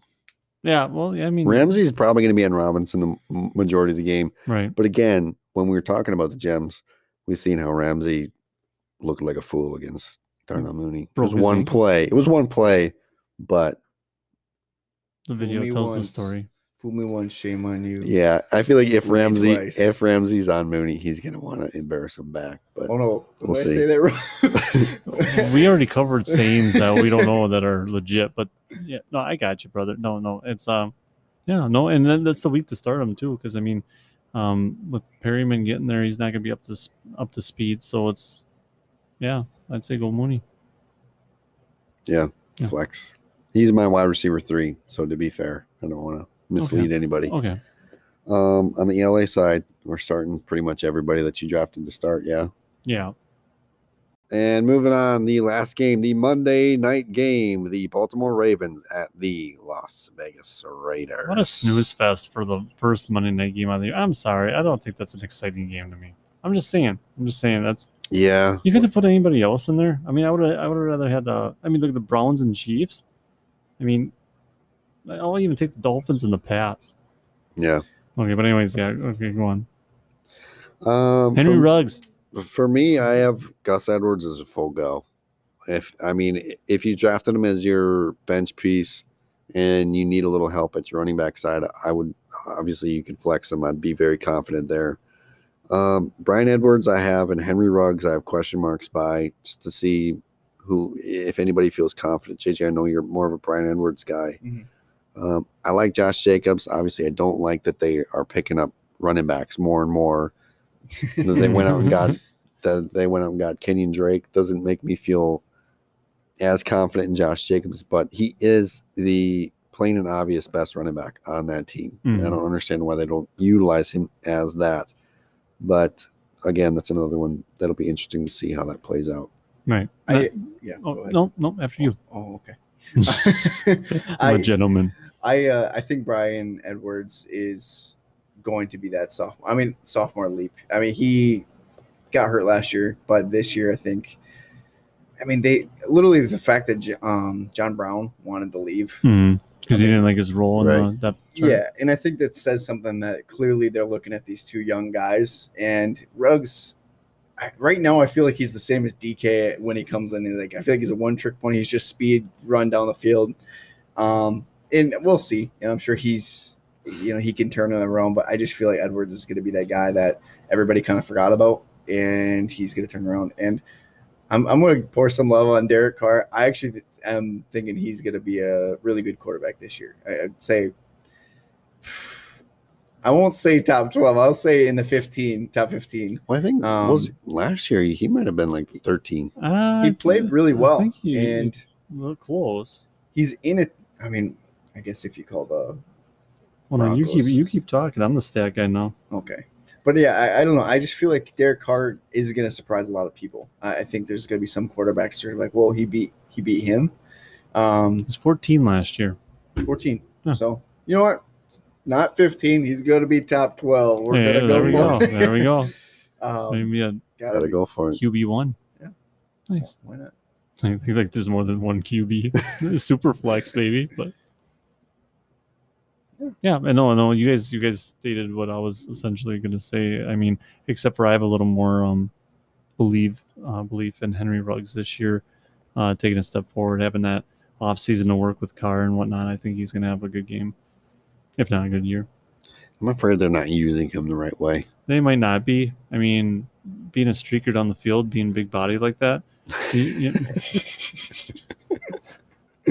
B: Yeah, well, yeah, I mean,
A: Ramsey's probably gonna be in Robinson the m- majority of the game.
B: right.
A: But again, when we were talking about the gems, we've seen how Ramsey looked like a fool against
C: Mm.
A: Darnell Mooney. It
B: broke
A: was
B: his
A: one
B: ankle.
A: play. It was one play, but
B: The video
C: me
B: tells the
C: once.
B: story.
C: Fool me once, shame on you.
A: yeah, I feel like if
C: Mooney
A: Ramsey
C: twice.
A: if Ramsey's on Mooney, he's gonna want to embarrass him back. But
C: Oh no, did
A: We'll
C: I
A: see.
C: say that wrong?
B: we already covered sayings that we don't know that are legit, but yeah, no, I got you, brother. No, no, it's um, yeah, no, and then that's the week to start him too, because I mean, um, with Perryman getting there, he's not gonna be up to s- up to speed, so it's yeah, I'd say go Mooney. yeah.
A: flex, he's my wide receiver three. So to be fair, I don't
C: Oh,
A: want to mislead anybody.
B: Okay,
A: Um, on the ELA side, we're starting pretty much everybody that you drafted to start. Yeah.
B: yeah,
A: And moving on, the last game, the Monday night game, the Baltimore Ravens at the Las Vegas Raiders.
B: what a snooze fest for the first Monday night game of the year. I'm sorry, I don't think that's an exciting game to me. I'm just saying, I'm just saying that's
A: Yeah.
B: You could have put anybody else in there. I mean, I would have. I would have rather had. Uh, I mean, look at the Browns and Chiefs. I mean, I'll even take the Dolphins and the Pats.
A: Yeah.
B: Okay, but anyways, yeah. Okay, go on.
A: Um,
B: Henry
A: for,
B: Ruggs.
A: for me, I have Gus Edwards as a full go. If I mean, if you drafted him as your bench piece and you need a little help at your running back side, I would obviously you could flex him. I'd be very confident there. Um, Brian Edwards, I have, and Henry Ruggs, I have question marks by just to see who, if anybody feels confident. JJ, I know you're more of a Brian Edwards guy.
C: Mhm.
A: Um, I like Josh Jacobs. Obviously, I don't like that they are picking up running backs more and more. that they went out and got
B: Mm-hmm.
A: that they went out and got Kenyon Drake doesn't make me feel as confident in Josh Jacobs, but he is the plain and obvious best running back on that team. And I
B: Mhm.
A: don't understand why they don't utilize him as that. But again, that's another one that'll be interesting to see how that plays out.
B: Right.
C: I, yeah.
B: oh,
C: go ahead.
B: no, no. After you,
C: Oh, okay.
B: I'm a
C: I,
B: gentleman.
C: I, uh, I think Brian Edwards is going to be that sophomore. I mean, sophomore leap. I mean, he got hurt last year, but this year, I think. I mean, they literally the fact that J- um, John Brown wanted to leave.
B: Because Mm-hmm. he didn't like his role in
A: Right.
B: the, that.
C: Yeah, and I think that says something that clearly they're looking at these two young guys and Ruggs. I, right now, I feel like he's the same as DK when he comes in. Like I feel like he's a one-trick pony. He's just speed, run down the field, um, and we'll see. And I'm sure he's, you know, he can turn it around. But I just feel like Edwards is going to be that guy that everybody kind of forgot about, and he's going to turn around. And I'm, I'm going to pour some love on Derek Carr. I actually th- am thinking he's going to be a really good quarterback this year. I, I'd say I won't say top 12. I'll say in the 15, top 15.
A: Well, I think
C: Um,
A: was last year he might have been like 13.
B: Ah,
C: He
B: I
C: played
B: think-
C: really
B: I
C: well.
B: think he-
C: And
B: looked close.
C: he's in it. I mean, I guess if you call the.
B: Well, no, you keep
C: Broncos.
B: you keep talking. I'm the stat guy now.
C: Okay. But yeah, I, I don't know. I just feel like Derek Carr is going to surprise a lot of people. I, I think there's going to be some quarterbacks who are like, well, he beat he beat him. Um,
B: He was 14 last year.
C: 14.
B: Yeah.
C: So, you know what? Not 15. He's going to be top 12. We're
B: Yeah,
C: going to
B: there we
C: go.
B: go. There we go.
C: Um,
B: Maybe a
C: gotta
A: Gotta
C: be-
A: go for it.
B: QB one. Nice.
C: Why not?
B: I think like there's more than one QB, super flex maybe, but yeah, I know, I know. You guys, you guys stated what I was essentially going to say. I mean, except for I have a little more um, believe uh, belief in Henry Ruggs this year, uh, taking a step forward, having that off season to work with Carr and whatnot. I think he's going to have a good game, if not a good year.
A: I'm afraid they're not using him the right way.
B: They might not be. I mean, being a streaker down the field, being big body like that. you-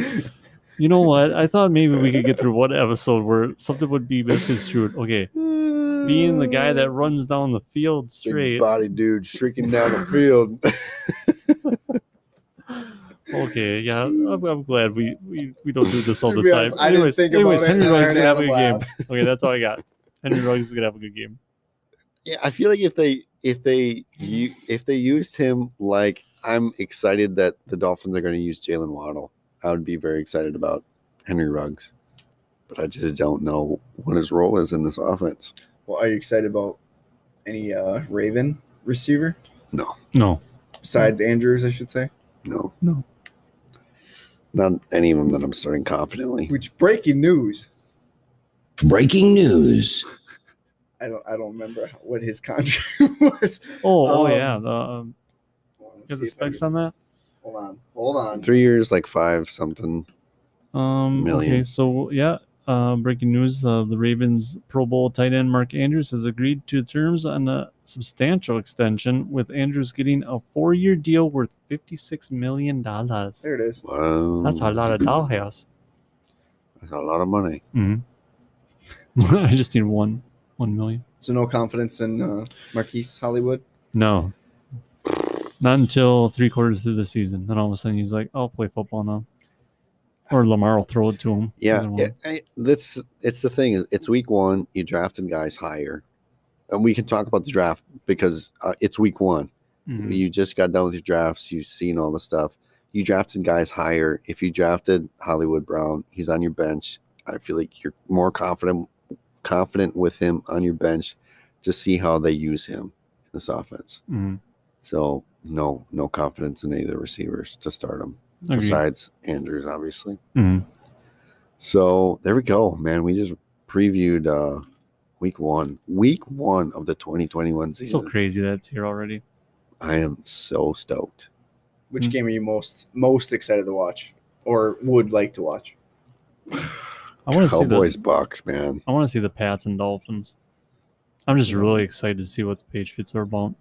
B: you- You know what? I thought maybe we could get through one episode where something would be misconstrued. Okay, being the guy that runs down the field
A: Big
B: straight.
A: body dude streaking down the field.
B: Okay, yeah, I'm, I'm glad we, we we don't do this all
C: To
B: the
C: be
B: time.
C: honest, I didn't think about it,
B: Henry
C: and I
B: Ruggs is
C: already
B: gonna have a
C: had
B: good
C: a
B: game. Okay, that's all I got. Henry Ruggs is gonna have a good game.
A: yeah, I feel like if they if they
C: Mm-hmm.
A: u- if they used him like I'm excited that the Dolphins are going to use Jalen Waddle. I would be very excited about Henry Ruggs, but I just don't know what his role is in this offense.
C: Well, are you excited about any uh, Raven receiver
B: No,
C: besides Andrews? I should say.
A: No,
B: No.
A: not any of them that I'm starting confidently.
C: Which breaking news?
E: Breaking news.
C: I don't. I don't remember what his contract was.
B: oh oh
C: Um,
B: yeah, the, um,
C: Hold on,
B: you
C: let's
B: have the
C: see if I
B: specs
C: can-
B: on that.
C: Hold on. Hold on.
A: Three years, like five something.
B: Um, okay,
A: Million.
B: so yeah, uh, breaking news: uh, the Ravens Pro Bowl tight end Mark Andrews has agreed to terms on a substantial extension, with Andrews getting a four-year deal worth fifty-six million dollars.
C: There it is.
A: Wow,
B: That's a lot of dollhouse.
A: That's a lot of money.
B: Mm-hmm. I just need one, one million.
C: So no confidence in uh, Marquise Hollywood.
B: No, not until three quarters through the season. Then all of a sudden he's like, "I'll play football now," or Lamar will throw it to him.
A: Yeah,
B: Either one.
A: yeah. I- That's it's the thing. Is it's week one. You drafted guys higher, and we can talk about the draft because uh, it's week one.
B: Mhm.
A: You just got done with your drafts. You've seen all the stuff. You drafted guys higher. If you drafted Hollywood Brown, he's on your bench. I feel like you're more confident confident with him on your bench to see how they use him in this offense.
B: Mhm.
A: So no, no confidence in any of the receivers to start them
B: Mm-hmm. Agreed.
A: besides Andrews, obviously.
B: Mhm.
A: So there we go, man. We just previewed uh week one, week one of the 2021
B: It's so
A: season.
B: crazy that it's here already.
A: I am so stoked.
C: Which
B: Hmm.
C: game are you most most excited to watch, or would like to watch?
B: I want to see the
A: Cowboys Bucks, man.
B: I want to see the Pats and Dolphins. I'm just
C: Yeah.
B: really excited to see what the Patriots are about.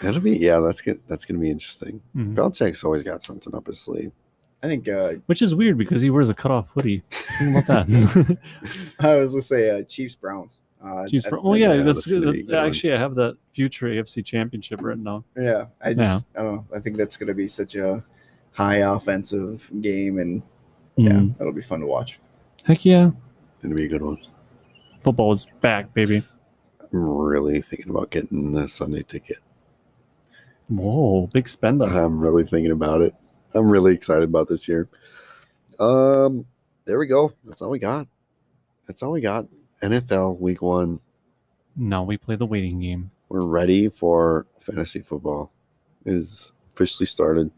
A: That'll be yeah. That's good. That's gonna be interesting.
B: Mhm.
C: Mm-hmm.
A: Belichick's always got something up his sleeve.
C: I think uh,
B: Which is weird because he wears a cutoff hoodie. Think about that.
C: I was gonna say uh, Chiefs Browns. Uh,
B: Chiefs
C: I-
B: pro- oh yeah,
A: yeah,
B: that's,
A: that's gonna be a
B: that-
A: good one.
B: actually I have that future AFC Championship written down.
C: Yeah, I just I don't know. I think that's gonna be such a high offensive game, and yeah,
B: Mhm.
C: that'll be fun to watch.
B: Heck yeah,
A: It'll be a good one.
B: football is back, baby.
A: I'm really thinking about getting the Sunday ticket.
B: Whoa, Uh-huh. big spender.
A: I'm really thinking about it. I'm really excited about this year. Um, there we go. That's all we got. That's all we got. NFL Week One.
B: Now we play the waiting game.
A: We're ready for fantasy football. It is officially started.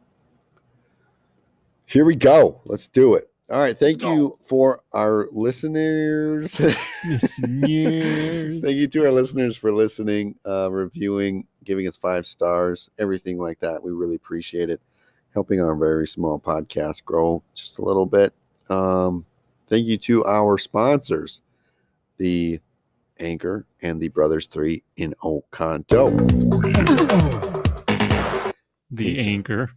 A: Here we go. Let's do it. All right. Thank you for our listeners.
B: Yes, years.
A: Thank you to our listeners for listening, uh, reviewing, giving us five stars, everything like that. We really appreciate it. Helping our very small podcast grow just a little bit. Um, thank you to our sponsors, the Anchor and the Brothers Three in Oconto.
B: the
A: Pizza.
B: anchor.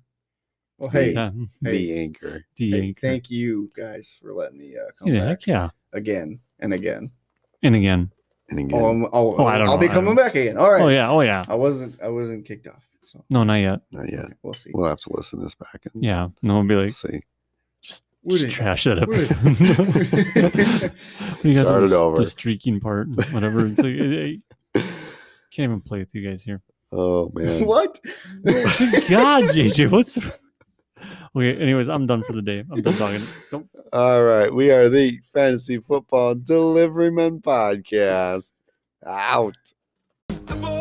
C: Well, hey,
B: Yeah,
C: hey,
A: The Anchor.
B: the
C: hey,
B: anchor.
C: thank you guys for letting me uh, come
B: yeah,
C: back
B: heck yeah.
C: again and again.
B: And again.
A: And
C: Oh,
A: again,
C: I'm, oh,
B: Oh, I don't
C: I'll
B: know,
C: be
B: I don't
C: coming back again. All right.
B: Oh yeah. Oh yeah.
C: I wasn't. I wasn't kicked off. So
B: No, not yet.
A: not yet.
C: we'll see.
A: We'll have to listen to this back and
B: Yeah. No one be like,
A: see.
B: just,
C: Would
B: just
C: it-
B: trash that
C: would it-
B: episode. you
A: Start it
B: the,
A: over.
B: the streaking part, and whatever. It's like, I, I can't even play with you guys here.
A: Oh man.
C: what?
B: God, JJ, what's okay? Anyways, I'm done for the day. I'm done talking. Nope.
A: All right, we are the Fantasy Football Deliveryman Podcast. Out.
F: The boy